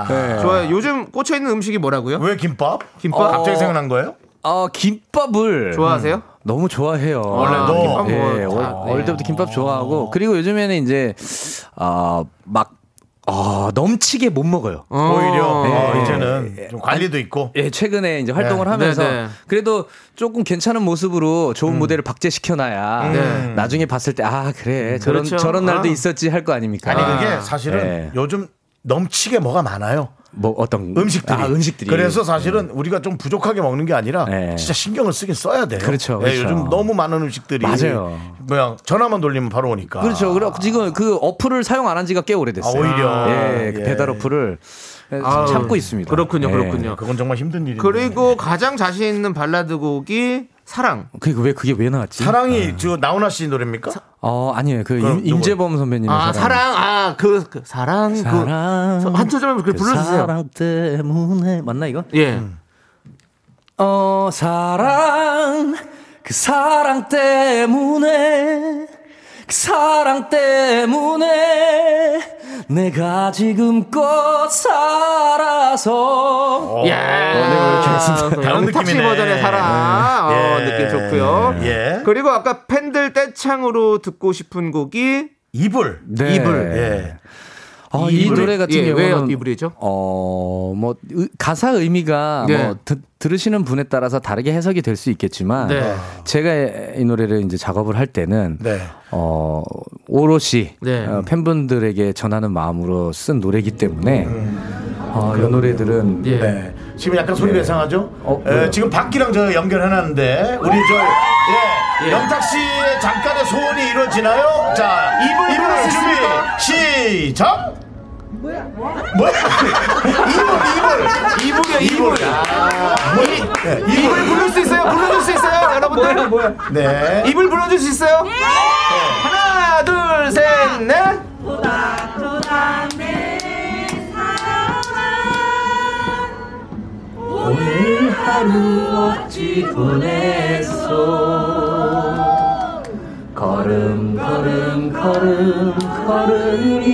야.
좋아요 요즘 꽂혀있는 음식이 뭐라고요?
왜 김밥?
김밥?
갑자기 생각난 거예요?
어, 김밥을.
좋아하세요?
너무 좋아해요.
원래도.
김밥
예,
뭐
어릴,
다, 네.
어릴 때부터 김밥 좋아하고 그리고 요즘에는 이제 아막 어, 넘치게 못 먹어요.
어.
오히려 어,
예.
이제는 좀 관리도 있고.
예, 최근에 이제 활동을
네.
하면서
네네. 음.
그래도 조금 괜찮은 모습으로 좋은 무대를 박제시켜놔야
네.
나중에 봤을 때 아 그래 저런
그렇죠.
저런 날도
아.
있었지 할 거 아닙니까?
아니 그게
아.
사실은
네.
요즘 넘치게 뭐가 많아요.
뭐 어떤
음식들이.
아, 음식들이
그래서 사실은 우리가 좀 부족하게 먹는 게 아니라
네.
진짜 신경을 쓰긴 써야 돼요.
그렇죠,
예,
그렇죠.
요즘 너무 많은 음식들이
맞아요.
뭐야 전화만 돌리면 바로
아.
오니까.
그렇죠. 그래 지금 그 어플을 사용 안 한 지가 꽤
아,
오래됐어요.
오히려
예, 그
예.
배달 어플을
아우,
참고 있습니다.
그렇군요
예.
그렇군요
그건 정말 힘든 일이에요.
그리고 가장 자신 있는 발라드 곡이 사랑
그게 왜 그게 왜 나왔지?
음. 사랑이
음.
저 나훈아 씨 노래입니까?
어 아니에요 그
그럼
임, 재범 선배님의
아 사랑 아그 그, 사랑
사랑.
그한 소절만 그
그
불러주세요
사랑 때문에 맞나 이건?
예
어 사랑 그 사랑 때문에 그 사랑 때문에 내가 지금 꽃 살아서
어.
어, 야,
그
<laughs>
다른
영탁씨
느낌이네.
버전의 사랑 어,
예.
느낌 좋고요.
예.
그리고 아까 팬들 떼창으로 듣고 싶은 곡이
이불.
네.
이불. 예.
어, 이
이불.
노래 같은
예, 왜
경우는
이불이죠?
어, 뭐 으- 가사 의미가
네.
뭐 드- 들으시는 분에 따라서 다르게 해석이 될 수 있겠지만
네.
제가 이 노래를 이제 작업을 할 때는
네.
어, 오롯이
네.
어, 팬분들에게 전하는 마음으로 쓴 노래이기 때문에 어, 이 노래들은
음. 예.
네. 지금 약간 소리가 이상하죠?
어,
예,
왜요?
지금 밖이랑 저 연결해놨는데 우리 저 예, 영탁 씨의 잠깐의 소원이 이루어지나요? 자, 이불 이불 준비 시작. 뭐야? <laughs> 이불
이불이요,
이불 이불.
이불.
네,
이불
이불.
부를 수 있어요? 불러줄 수 있어요, 여러분들?
네.
이불 불러줄 수 있어요? 하나, 둘, 셋, 넷.
이
어찌 보냈소 걸음 걸음 걸음 걸음이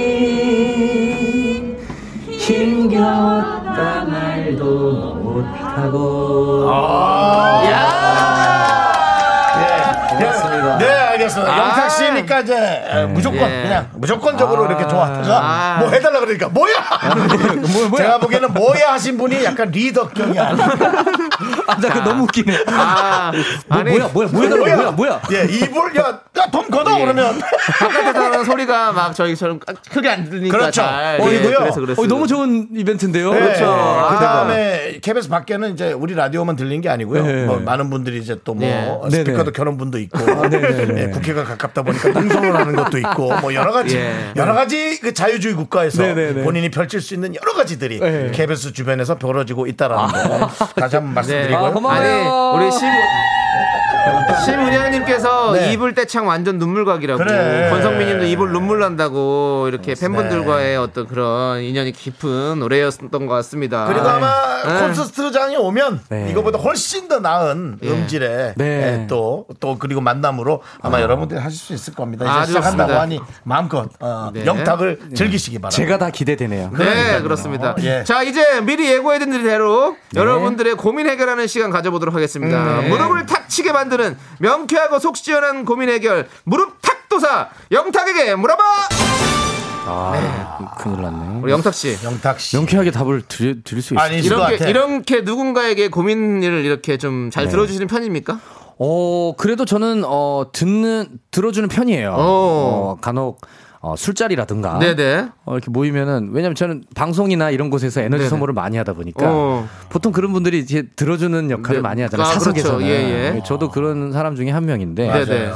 힘겨웠다 말도 못하고
아. 네, 알겠습니다. 영탁 씨니까 이제
네,
에, 무조건
예.
그냥 무조건적으로 이렇게 좋아서
아.
뭐 해달라 그러니까 뭐야? 제가 보기에는 뭐야 하신 분이 약간 리더격이 아니에요.
아, 나그 너무 웃기네.
아, 아니,
뭐야, 뭐야, 뭐야, 뭐야, 뭐야, 뭐야.
예, 이불 야돈 걷어
예.
그러면
바깥에서 하는 소리가 막 저희처럼 아, 크게 안 들리니까.
그렇죠.
잘, 예,
보이고요.
그래서 그랬어요.
어, 너무 좋은 이벤트인데요. 그렇죠.
아.
그 다음에 KBS 밖에는 이제 우리 라디오만 들린 게 아니고요.
네.
뭐 많은 분들이 이제 또 뭐
네.
스피커도
네네. 아,
켜는 분도 있고
네네네.
예, 국회가 가깝다 보니까 농성을 하는 것도 있고 뭐 여러 가지
예.
여러 가지 그 자유주의 국가에서
네네네.
본인이 펼칠 수 있는 여러 가지들이
네.
KBS 주변에서 벌어지고 있다라는 거 다시 한번 네. 말씀드리고요.
아, 고마워요.
아니, 우리 심, 심은양님께서
네.
이불 때창 완전 눈물각이라고.
그래. 네.
권성민님도 이불 눈물 난다고 이렇게 팬분들과의 어떤 그런 인연이 깊은 노래였던 것 같습니다.
그리고 아마
네.
콘서트장에 오면
네.
이거보다 훨씬 더 나은
예.
음질의
네.
예, 또, 또 그리고 만남으로 아마 여러분들이 하실 수 있을 겁니다. 이제
아주
시작한다고
좋습니다.
하니 마음껏 어,
네.
영탁을 즐기시기 바랍니다.
제가 다 기대되네요.
네, 그렇습니다.
예.
자, 이제 미리 예고해드린 대로 여러분들의 고민 해결하는 시간 가져보도록
음,
하겠습니다.
네.
무릎을 탁 치게 만드는 명쾌하고 속 시원한 고민 해결, 무릎 탁도사, 영탁에게 물어봐! 아, 네.
아, 큰일 났네.
우리 영탁씨.
영탁 씨.
명쾌하게 답을 드릴, 드릴 수 있어요.
아니, 네.
이렇게, 이렇게 누군가에게 고민을 이렇게 좀 잘 들어주시는 편입니까?
어, 그래도 저는 어, 듣는 들어주는 편이에요.
오.
어, 간혹 어,
아?
술자리라든가
네네.
어, 이렇게 모이면은 왜냐면 저는 방송이나 이런 곳에서 에너지
네네.
선물을 많이 하다 보니까
그러니까.
어.
보통 그런 분들이 이제 들어주는 역할을
네.
많이 하잖아요.
아, 그렇죠.
사석에서는
예, 예.
저도 그런 사람 중에 한 명인데
네네.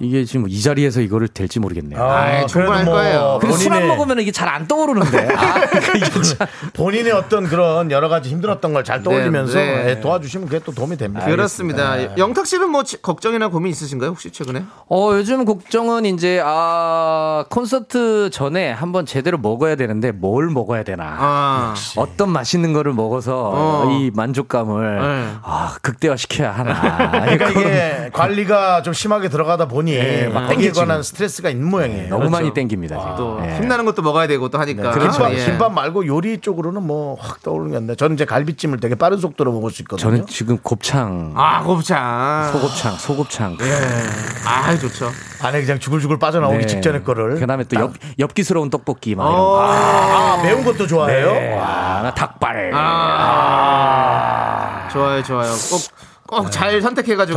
이게 지금 이 자리에서 이거를 될지 모르겠네요.
아이, 충분할 거예요.
그리고 술 안
뭐 본인의,
먹으면 이게 잘 안 떠오르는데. 아,
<laughs>
이게
그렇죠.
참.
본인의 어떤 그런 여러 가지 힘들었던 걸 잘 떠올리면서
네, 네.
예, 도와주시면 그게 또 도움이 됩니다.
그렇습니다. 영탁 씨는 뭐 지- 걱정이나 고민 있으신가요? 혹시 최근에?
어, 요즘 걱정은 이제, 아, 콘서트 전에 한번 제대로 먹어야 되는데 뭘 먹어야 되나.
아.
어떤 맛있는 거를 먹어서
어.
이 만족감을
네.
아, 극대화 시켜야 하나.
<laughs> 그러니까
이거는
이게 관리가 좀 심하게 들어가다 보니
네.
막 거기에
땡기죠.
관한 스트레스가 있는 모양이에요.
너무 많이 땡깁니다. 지금.
또
예.
힘나는 것도 먹어야 되고 또 하니까.
아, 네, 그렇죠. 김밥,
예.
김밥 말고 요리 쪽으로는 뭐 확 떠오르는 게 없네. 저는 이제 갈비찜을 되게 빠른 속도로 먹을 수 있거든요.
저는 지금 곱창,
아, 곱창.
소곱창, 소곱창.
아, 좋죠.
안에 그냥 죽을죽을 빠져나오기
네.
예, 직전의 거를.
그다음에 또 엽, 엽기스러운 떡볶이 막 이런 거.
어.
아, 매운 것도 좋아해요?
아, 나 닭발.
아. 좋아요, 좋아요. 꼭, 꼭 잘 선택해가지고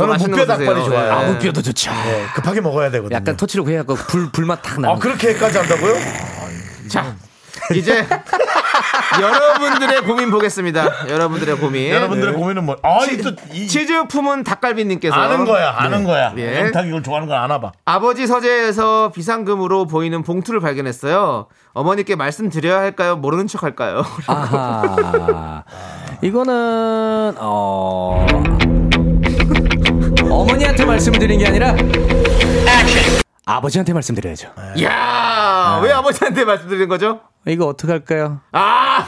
네. 저는
맛있는 거
무뼈
드세요.
닭발이 좋아요. 아, 무뼈.
뼈도 좋죠.
네, 급하게 먹어야 되거든요.
약간 토치로 해갖고 불 불맛 탁
아,
나는.
그렇게까지 한다고요?
네. 자, 이제 <laughs> 여러분들의 고민 보겠습니다. 여러분들의 고민. 네.
여러분들의 고민은 뭐? 아, 이또 이-
치즈 품은 닭갈비님께서
아는 거야, 아는 거야.
예.
영탁 이걸 좋아하는 걸 아나 봐.
아버지 서재에서 비상금으로 보이는 봉투를 발견했어요. 어머니께 말씀드려야 할까요? 모르는 척 할까요? <laughs>
아하. 이거는 어 어머니한테 말씀드린 게 아니라 아버지한테 말씀드려야죠. 네.
이야, 왜 아버지한테 말씀드리는 거죠?
이거 어떻게 할까요? 예,
아,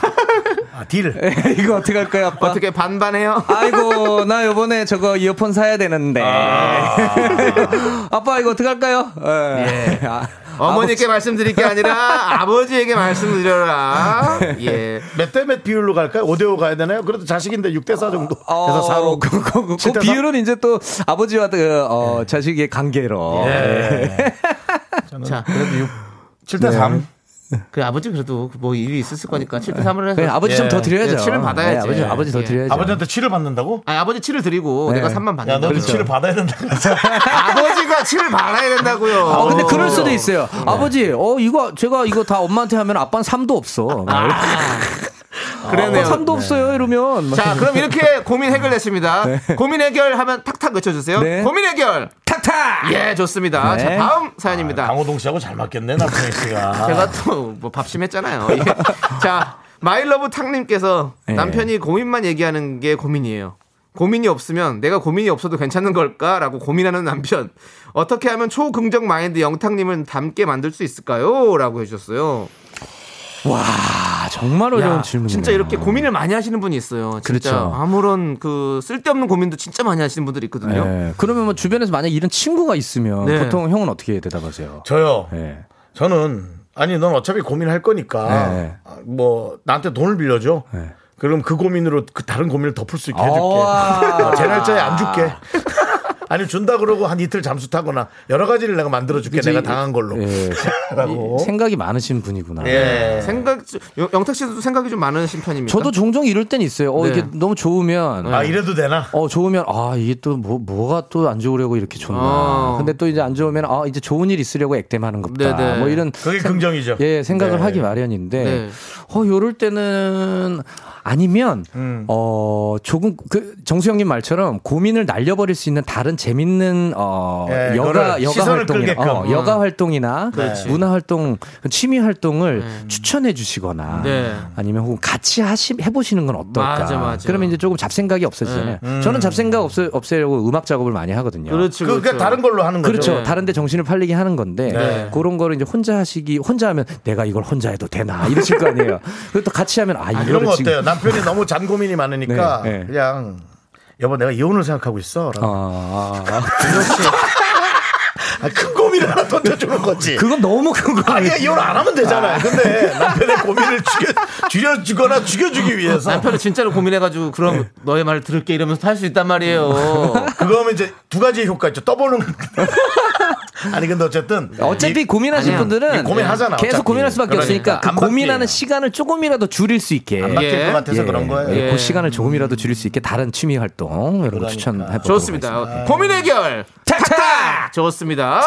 아, 딜.
이거 어떻게 할까요, 아빠?
어떻게
<laughs>
반반해요?
아이고 나 요번에 저거 이어폰 사야 되는데 <laughs> 아... 빠 이거 어떻게 할까요? 예. 아,
어머니께 말씀드릴 게
<laughs>
아니라 아버지에게 말씀드려라.
네.
예.
몇 대 몇 비율로 갈까요? 5대5 가야 되나요? 그래도 자식인데 6대4 정도.
어,
그래서 4로.
그, 그, 그, 그
칠 대사?
비율은 이제 또 아버지와 그, 어, 자식의 관계로.
예.
자,
네. 칠대 삼.
그 아버지 그래도 뭐 일이 있었을 거니까 7대 3을 해서
네, 아버지 좀
예.
더 드려야죠.
예, 치를 받아야지.
네, 아버지, 아버지 더
예.
드려야죠.
아버지한테 치를 받는다고?
아니, 아버지 치를 드리고
네.
내가 3만
야, 너
받는다.
도
그렇죠.
치를 받아야 된다.
아버지가 치를 받아야 된다고요.
어, 근데 그럴 수도 있어요.
네.
아버지, 어, 이거, 제가 이거 다 엄마한테 하면 아빠는 삼도 없어. 아빠
그러네요.
아, 삼도 없어요, 이러면.
자, 그럼 이렇게 고민 해결됐습니다. 고민 해결하면 탁탁 외쳐주세요.
네.
고민 해결.
탁탁!
예, 좋습니다.
네.
자,
아,
다음 사연입니다.
강호동 씨하고 잘 맞겠네, 남편이 씨가.
제가 또 뭐 밥심했잖아요.
<laughs>
예. 자, 마일러브 탕님께서
예.
남편이 고민만 얘기하는 게 고민이에요. 고민이 없으면 내가 고민이 없어도 괜찮은 걸까라고 고민하는 남편. 어떻게 하면 초긍정 마인드 영탁님은 닮게 만들 수 있을까요? 라고 해주셨어요.
와, 정말 어려운
야,
질문이네요.
진짜 이렇게 고민을 많이 하시는 분이 있어요. 진짜
그렇죠.
아무런 그 쓸데없는 고민도 진짜 많이 하시는 분들이 있거든요.
예. 그러면 뭐 주변에서 만약 이런 친구가 있으면
네.
보통 형은 어떻게 대답하세요?
저요.
예.
저는 아니 넌 어차피 고민할 거니까
네.
아, 뭐 나한테 돈을 빌려줘.
네.
그럼 그 고민으로 그 다른 고민을 덮을 수 있게 해줄게.
아.
어, 제 날짜에 안 줄게. <laughs> 아니 준다 그러고 한 이틀 잠수 타거나 여러 가지를 내가 만들어 줄게 내가 당한 걸로.
예.
라고.
생각이 많으신 분이구나.
예.
생각 영- 영탁 씨도 생각이 좀 많으신 편입니까?
저도 종종 이럴 땐 있어요. 어,
네.
이게 너무 좋으면
아 이래도 되나?
어 좋으면 아 이게 또 뭐 뭐가 또 안 좋으려고 이렇게 좋나.
아.
근데 또 이제 안 좋으면 아 이제 좋은 일 있으려고 액땜하는 겁니다.
네네.
뭐 이런
그게 긍정이죠.
예 생각을
네.
하기 마련인데
네.
어 요럴 때는 아니면
음.
어 조금 그 정수영님 말처럼 고민을 날려버릴 수 있는 다른 재밌는 어
예,
여가
그거를
여가
시선을
활동이나
끌게끔. 음.
어, 여가 활동이나 문화 활동 취미
네.
활동을 추천해 주시거나
네.
아니면 혹은 같이 하시 해보시는 건 어떨까?
맞아, 맞아.
그러면 이제 조금 잡생각이 없어지잖아요. 저는 잡생각 없애, 없애려고 음악 작업을 많이 하거든요.
그렇죠.
네. 음. 그, 그
그렇죠.
다른 걸로 하는 거죠.
그렇죠.
네.
다른데 정신을 팔리게 하는 건데
네.
그런 거를 이제 혼자 하시기 혼자 하면 내가 이걸 혼자 해도 되나 이러실 거 아니에요. 그리고 또 같이 하면 아
아,
이거를
이런 거
지금-
어때요? 남편이 너무 잔 고민이 많으니까
네, 네.
그냥 여보 내가 이혼을 생각하고 있어. 라고.
아, 아,
아, 큰 고민을 하나 던져주는 거지.
그건 너무 큰 거
아니야
아니에요?
이혼 안 하면 되잖아요. 근데 남편의 고민을 죽여 줄여주거나 죽여주기 위해서
남편을 진짜로 고민해가지고 그럼
네.
너의 말을 들을게 이러면서 할 수 있단
<laughs>
말이에요.
그거 하면 이제 두 가지 효과 있죠. 떠보는 <laughs> 아니 근데 어쨌든
어차피
이-
고민하신
아니야.
이
분들은
고민하잖아,
계속
어차피.
고민할 수밖에
그러니까.
없으니까 그
안 바뀌어요.
고민하는 시간을 조금이라도 줄일 수 있게
안 바뀔
예.
것 같아서 그런 거예요.
예,
예.
그 시간을 조금이라도 줄일 수 있게 다른 취미 활동 이런
그러니까.
거 추천해 보도록
좋습니다. 고민 해결! 탁탁! 좋습니다.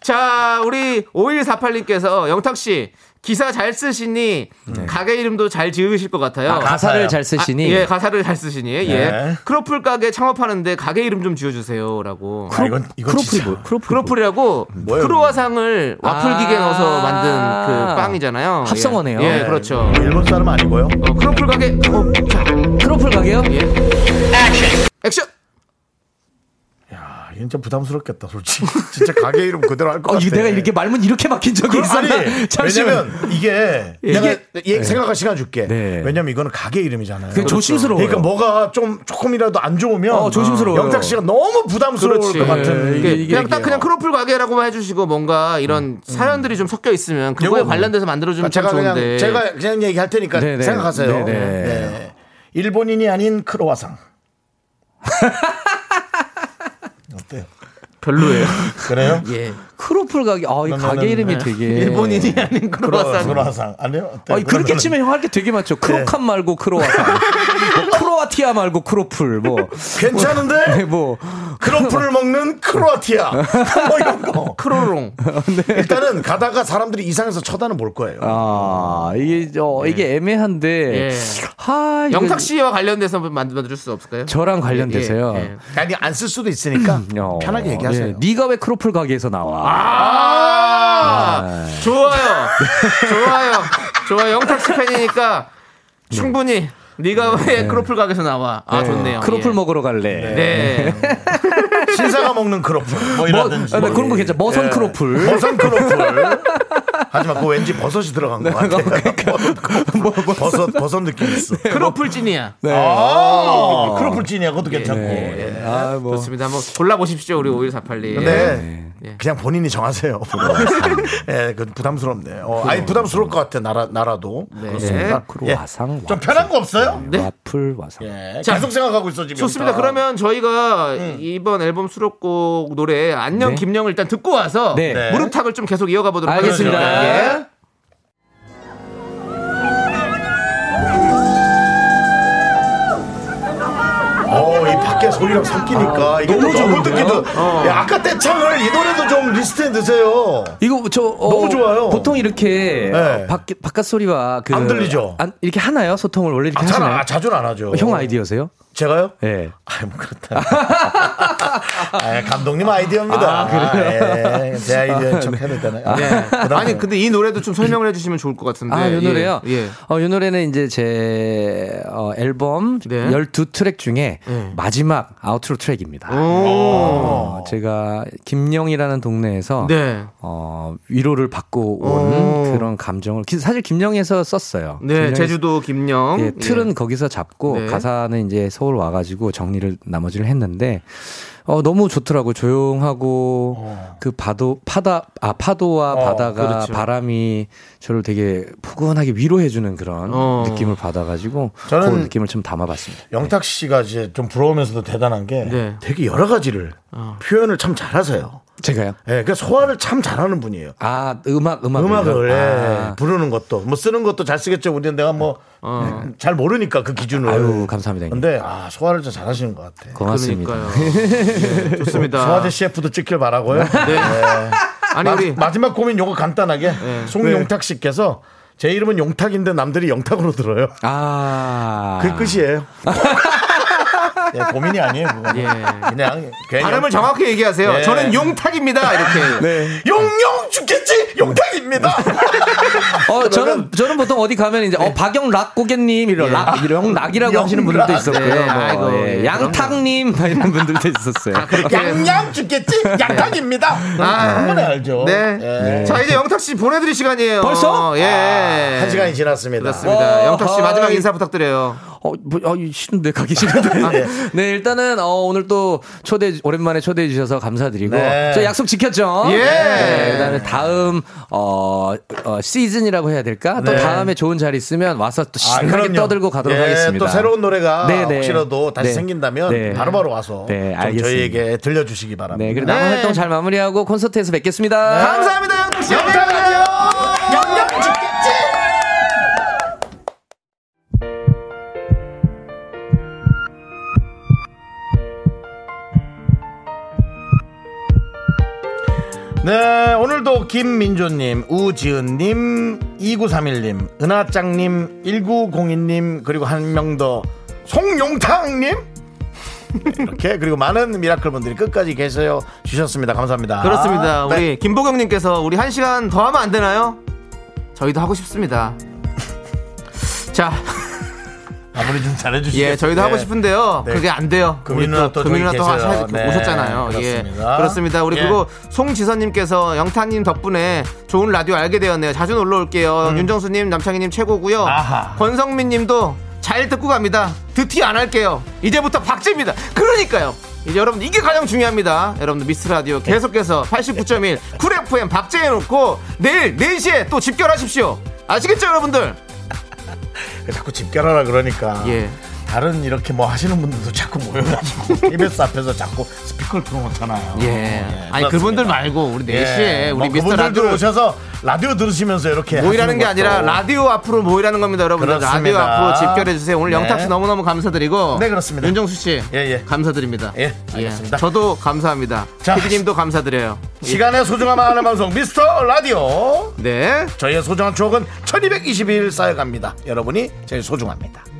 자, 우리 5148님께서 영탁씨, 기사 잘 쓰시니 가게 이름도 잘 지으실 것 같아요.
네. 아, 가사를
가사요.
잘 쓰시니
아, 예, 가사를 잘 쓰시니. 예.
네.
크로플 가게 창업하는데 가게 이름 좀 지어주세요. 라고.
아, 이건 이건
크로플이
진짜
뭐예요? 크로플
크로플이라고
뭐예요,
크로와상을 와플 기계에
아.
넣어서 만든 그 빵이잖아요. 예.
합성어네요.
예, 그렇죠.
뭐 일본 사람 아니고요.
어, 크로플 가게. 어, 자,
크로플 가게요?
예. 액션!
아, 이건 좀 부담스럽겠다 솔직히. <laughs> 진짜 가게 이름 그대로 할 것
어,
같아.
이거 내가 이렇게 말문 이렇게 막힌 적이
예. 그 아니,
있었나? <laughs> 잠시만.
왜냐면 이게
예.
내가
이게-
얘 생각할 시간 줄게.
네.
왜냐면 이거는 가게 이름이잖아요.
그게 조심스러워요.
그러니까 뭐가 좀 조금이라도 안 좋으면
어, 조심스러워요.
영탁 씨가 너무 부담스러울
그렇지.
것 같은
예,
이게
이게-
그냥 딱 그냥 크로플 가게라고만 해주시고 뭔가 이런 사연들이 좀 섞여 있으면 그거에
요거- 아,
관련돼서 만들어주면 참
그러니까 제가 그냥
좋은데.
제가 그냥 얘기할 테니까
네네.
생각하세요.
네네.
네. 일본인이 아닌
<laughs>
크로와상. 어때요?
별로예요.
그래요?
예.
크로플 가게. 아, 이 가게 이름이 되게
일본인이 아닌 크로와상.
크로와상 아니요? 어때요?
아니 그렇게 치면 형 할 게 되게 많죠. 크로칸 말고 크로아상, 뭐 크로아티아 말고 크로플, 뭐, <laughs> 네,
괜찮은데
뭐
크로플을 먹는 크로아티아 <laughs> 뭐 이런 거.
크로롱.
일단은 가다가 사람들이 이상해서 쳐다는 볼 거예요.
아 이게 어,
네.
이게 애매한데.
예.
하
<laughs>
이거
영탁 씨와 관련돼서 한번 만들어줄 수 없을까요?
저랑 관련돼서요.
예, 예.
아니 안 쓸 수도 있으니까
어,
편하게 얘기하세요.
예, 네가 왜 크로플 가게에서 나와?
아, 좋아요. 좋아요. 좋아요. 영탁 씨 팬이니까 충분히 네가 왜 크로플 가게에서 나와? 아, 좋네요.
크로플
예.
먹으러 갈래.
네.
신사가 먹는 크로플 뭐
뭐,
이라든지
아, 네, 그런 거 괜찮아. 머선
예.
크로플.
버섯 크로플. 하지만 그거 왠지 버섯이 들어간 것 <laughs> 같아요. 버섯 버섯 느낌 있어.
크로플 찐이야.
네, 아, 크로플 찐이야 그것도 괜찮고. 예.
아, 뭐.
좋습니다. 한번 골라보십시오. 우리
네.
5148님. 네.
근데 그냥 본인이 정하세요. <laughs> 예, 그 부담스럽네. 요 아니 부담스러울 것 같아 나라 나라도.
네.
크로아상,
예. 좀 편한 거 없어요?
네.
와플 와상.
예,
자,
계속 생각하고 있어 지금.
좋습니다.
일단.
그러면 저희가
음.
이번 앨범 수록곡 노래 안녕
네.
김영을 일단 듣고 와서
네.
네.
무릎탁을 좀 계속 이어가 보도록
알겠습니다.
하겠습니다. 예.
어, 이 밖에 소리랑
아,
섞이니까 이게 너무, 너무 듣기도.
어.
야, 아까 때창을 이 노래도 좀 리스트에 넣으세요.
이거 저 어,
너무 좋아요.
보통 이렇게
네.
어, 밖 바깥 소리와 그
안 들리죠?
안- 이렇게 하나요? 소통을 원래 이렇게
아, 잘,
하시나요?
안- 아, 자주는 안 하죠.
형 아이디어세요?
제가요?
예.
아이 뭐
<laughs>
그렇다. 아, 감독님 아이디어입니다. 아, 예. 제 아이디어인
네.
척 해도 되나요? 네, 그다음에
아니 근데 이 노래도 좀 설명을 해주시면 좋을 것 같은데.
아, 요
예,
노래요?
예.
어, 요 노래는 이제 제 어, 앨범
네.
12트랙 중에
네.
예.
마지막 아우트로 트랙입니다.
오.
어, 제가 김영이라는 동네에서
네.
어, 위로를 받고 온
오.
그런 감정을 기- 사실 김영에서 썼어요.
네,
김영에서-
제주도 김영.
예, 틀은 거기서 잡고
네.
가사는 이제 서울 와가지고 정리를 나머지를 했는데 어 너무 좋더라고 요 조용하고 그 파도 파다 아 파도와 바다가
어. 그렇죠.
바람이 저를 되게 포근하게 위로해주는 그런
어.
느낌을 받아가지고
저는
그런 느낌을 좀 담아봤습니다.
영탁 씨가 이제 좀 부러우면서도 대단한 게
네.
되게 여러 가지를
어.
표현을 참 잘하세요.
제가요?
예, 그러니까 소화를 참 잘하는 분이에요.
아 음악 음악
음악을 예,
아,
부르는 것도 뭐 쓰는 것도 잘 쓰겠죠. 우리는 내가 뭐
어.
잘 모르니까 그 기준을.
아유, 감사합니다, 형님.
근데 아 소화를 좀 잘하시는 것 같아.
고맙습니다.
예. 그러니까요. 예, 좋습니다.
소화제 CF도 찍길 바라고요.
네. 아니 우리
마, 지막 고민 요거 간단하게
네.
송용탁 씨께서 제 이름은 용탁인데 남들이 영탁으로 들어요.
아
그 끝이에요.
<laughs>
예, 고민이 아니에요. 그거는.
예.
그냥 괜히
발음을 정확히 얘기하세요.
네.
저는 용탁입니다. 이렇게.
<laughs> 용용 죽겠지
<laughs>
용탁입니다.
어 저는 저는 보통 어디 가면 이제 어 박영 락 고객님 이런 락 이런 락이라고 하시는 분들도
락.
있었고요.
네,
뭐,
아이고,
예,
예,
양탁님 막 이런 분들도 있었어요.
아, 양양 죽겠지
네.
양탁입니다. 충분히 알죠.
네.
예.
자 이제 영탁 씨 보내드릴 시간이에요.
벌써?
예.
네.
아, 한 시간이 지났습니다.
그렇습니다.
어,
영탁 씨 마지막
하이.
인사 부탁드려요.
어, 뭐, 어, 이 싫은데 가기 <laughs> 싫은데. 네 일단은 어, 오늘 또 초대 오랜만에 초대해 주셔서 감사드리고
네.
저 약속 지켰죠.
예.
네, 그다음에 다음 어, 어, 시즌이라고 해야 될까? 또
네.
다음에 좋은 자리 있으면 와서 또
아,
신나게
그럼요.
떠들고 가도록
예,
하겠습니다.
또 새로운 노래가
네, 네.
혹시라도 다시
네. 네.
생긴다면 바로바로 와서
네,
좀
알겠습니다.
저희에게 들려주시기 바랍니다.
네, 그리고 남은
네.
활동 잘 마무리하고 콘서트에서 뵙겠습니다.
감사합니다, 네. 영탁 씨.
영탁이요. 양양 죽겠지. 네, 오늘도 김민조님, 우지은님, 2931님, 은하짱님, 1902님, 그리고 한 명 더, 송용탕님? <laughs> 이렇게, 그리고 많은 미라클 분들이 끝까지 계세요. 주셨습니다. 감사합니다.
그렇습니다.
네.
우리 김보경님께서 우리 한 시간 더 하면 안 되나요? 저희도 하고 싶습니다. <laughs> 자,
마무리 좀 잘해주시죠.
예, 저희도 하고 싶은데요.
네.
그게 안 돼요.
금이
우리
누나 또 저기
금이 누나
계세요.
하셔야-
네,
오셨잖아요.
그렇습니다.
예, 그렇습니다. 우리
예.
그리고 송지선님께서 영타님 덕분에 좋은 라디오 알게 되었네요. 자주 놀러 올게요. 윤정수님, 남창희님 최고고요.
음. 아하.
권성민님도 잘 듣고 갑니다. 드티 안 할게요. 이제부터 박제입니다. 그러니까요. 이제 여러분 이게 가장 중요합니다. 여러분들 미스 라디오
네.
계속해서 89.1 쿨 FM 박제해 놓고 내일 4시에 또 집결하십시오. 아시겠죠, 여러분들?
자꾸 집결하라 그러니까.
예.
다른 이렇게 뭐 하시는 분들도 자꾸
<laughs>
모여가지고 KBS 앞에서 자꾸 스피커를 틀어놓잖아요.
예.
그렇습니다.
아니 그분들 말고 우리 4시에
예.
우리
뭐
미스터
그분들도
라디오
오셔서 라디오 들으시면서 이렇게
모이라는 게
하시는
아니라
것도.
라디오 앞으로 모이라는 겁니다, 여러분들.
그렇습니다.
라디오 앞으로 집결해 주세요. 오늘
네.
영탁 씨 너무너무 감사드리고
네, 그렇습니다.
윤정수 씨.
예, 예.
감사드립니다.
예, 알겠습니다.
저도 감사합니다.
자.
피디님도 감사드려요.
시간의
예.
소중함 아는 방송 미스터 라디오
네.
저희의 소중한 추억은 1221 쌓여갑니다 여러분이 제일 소중합니다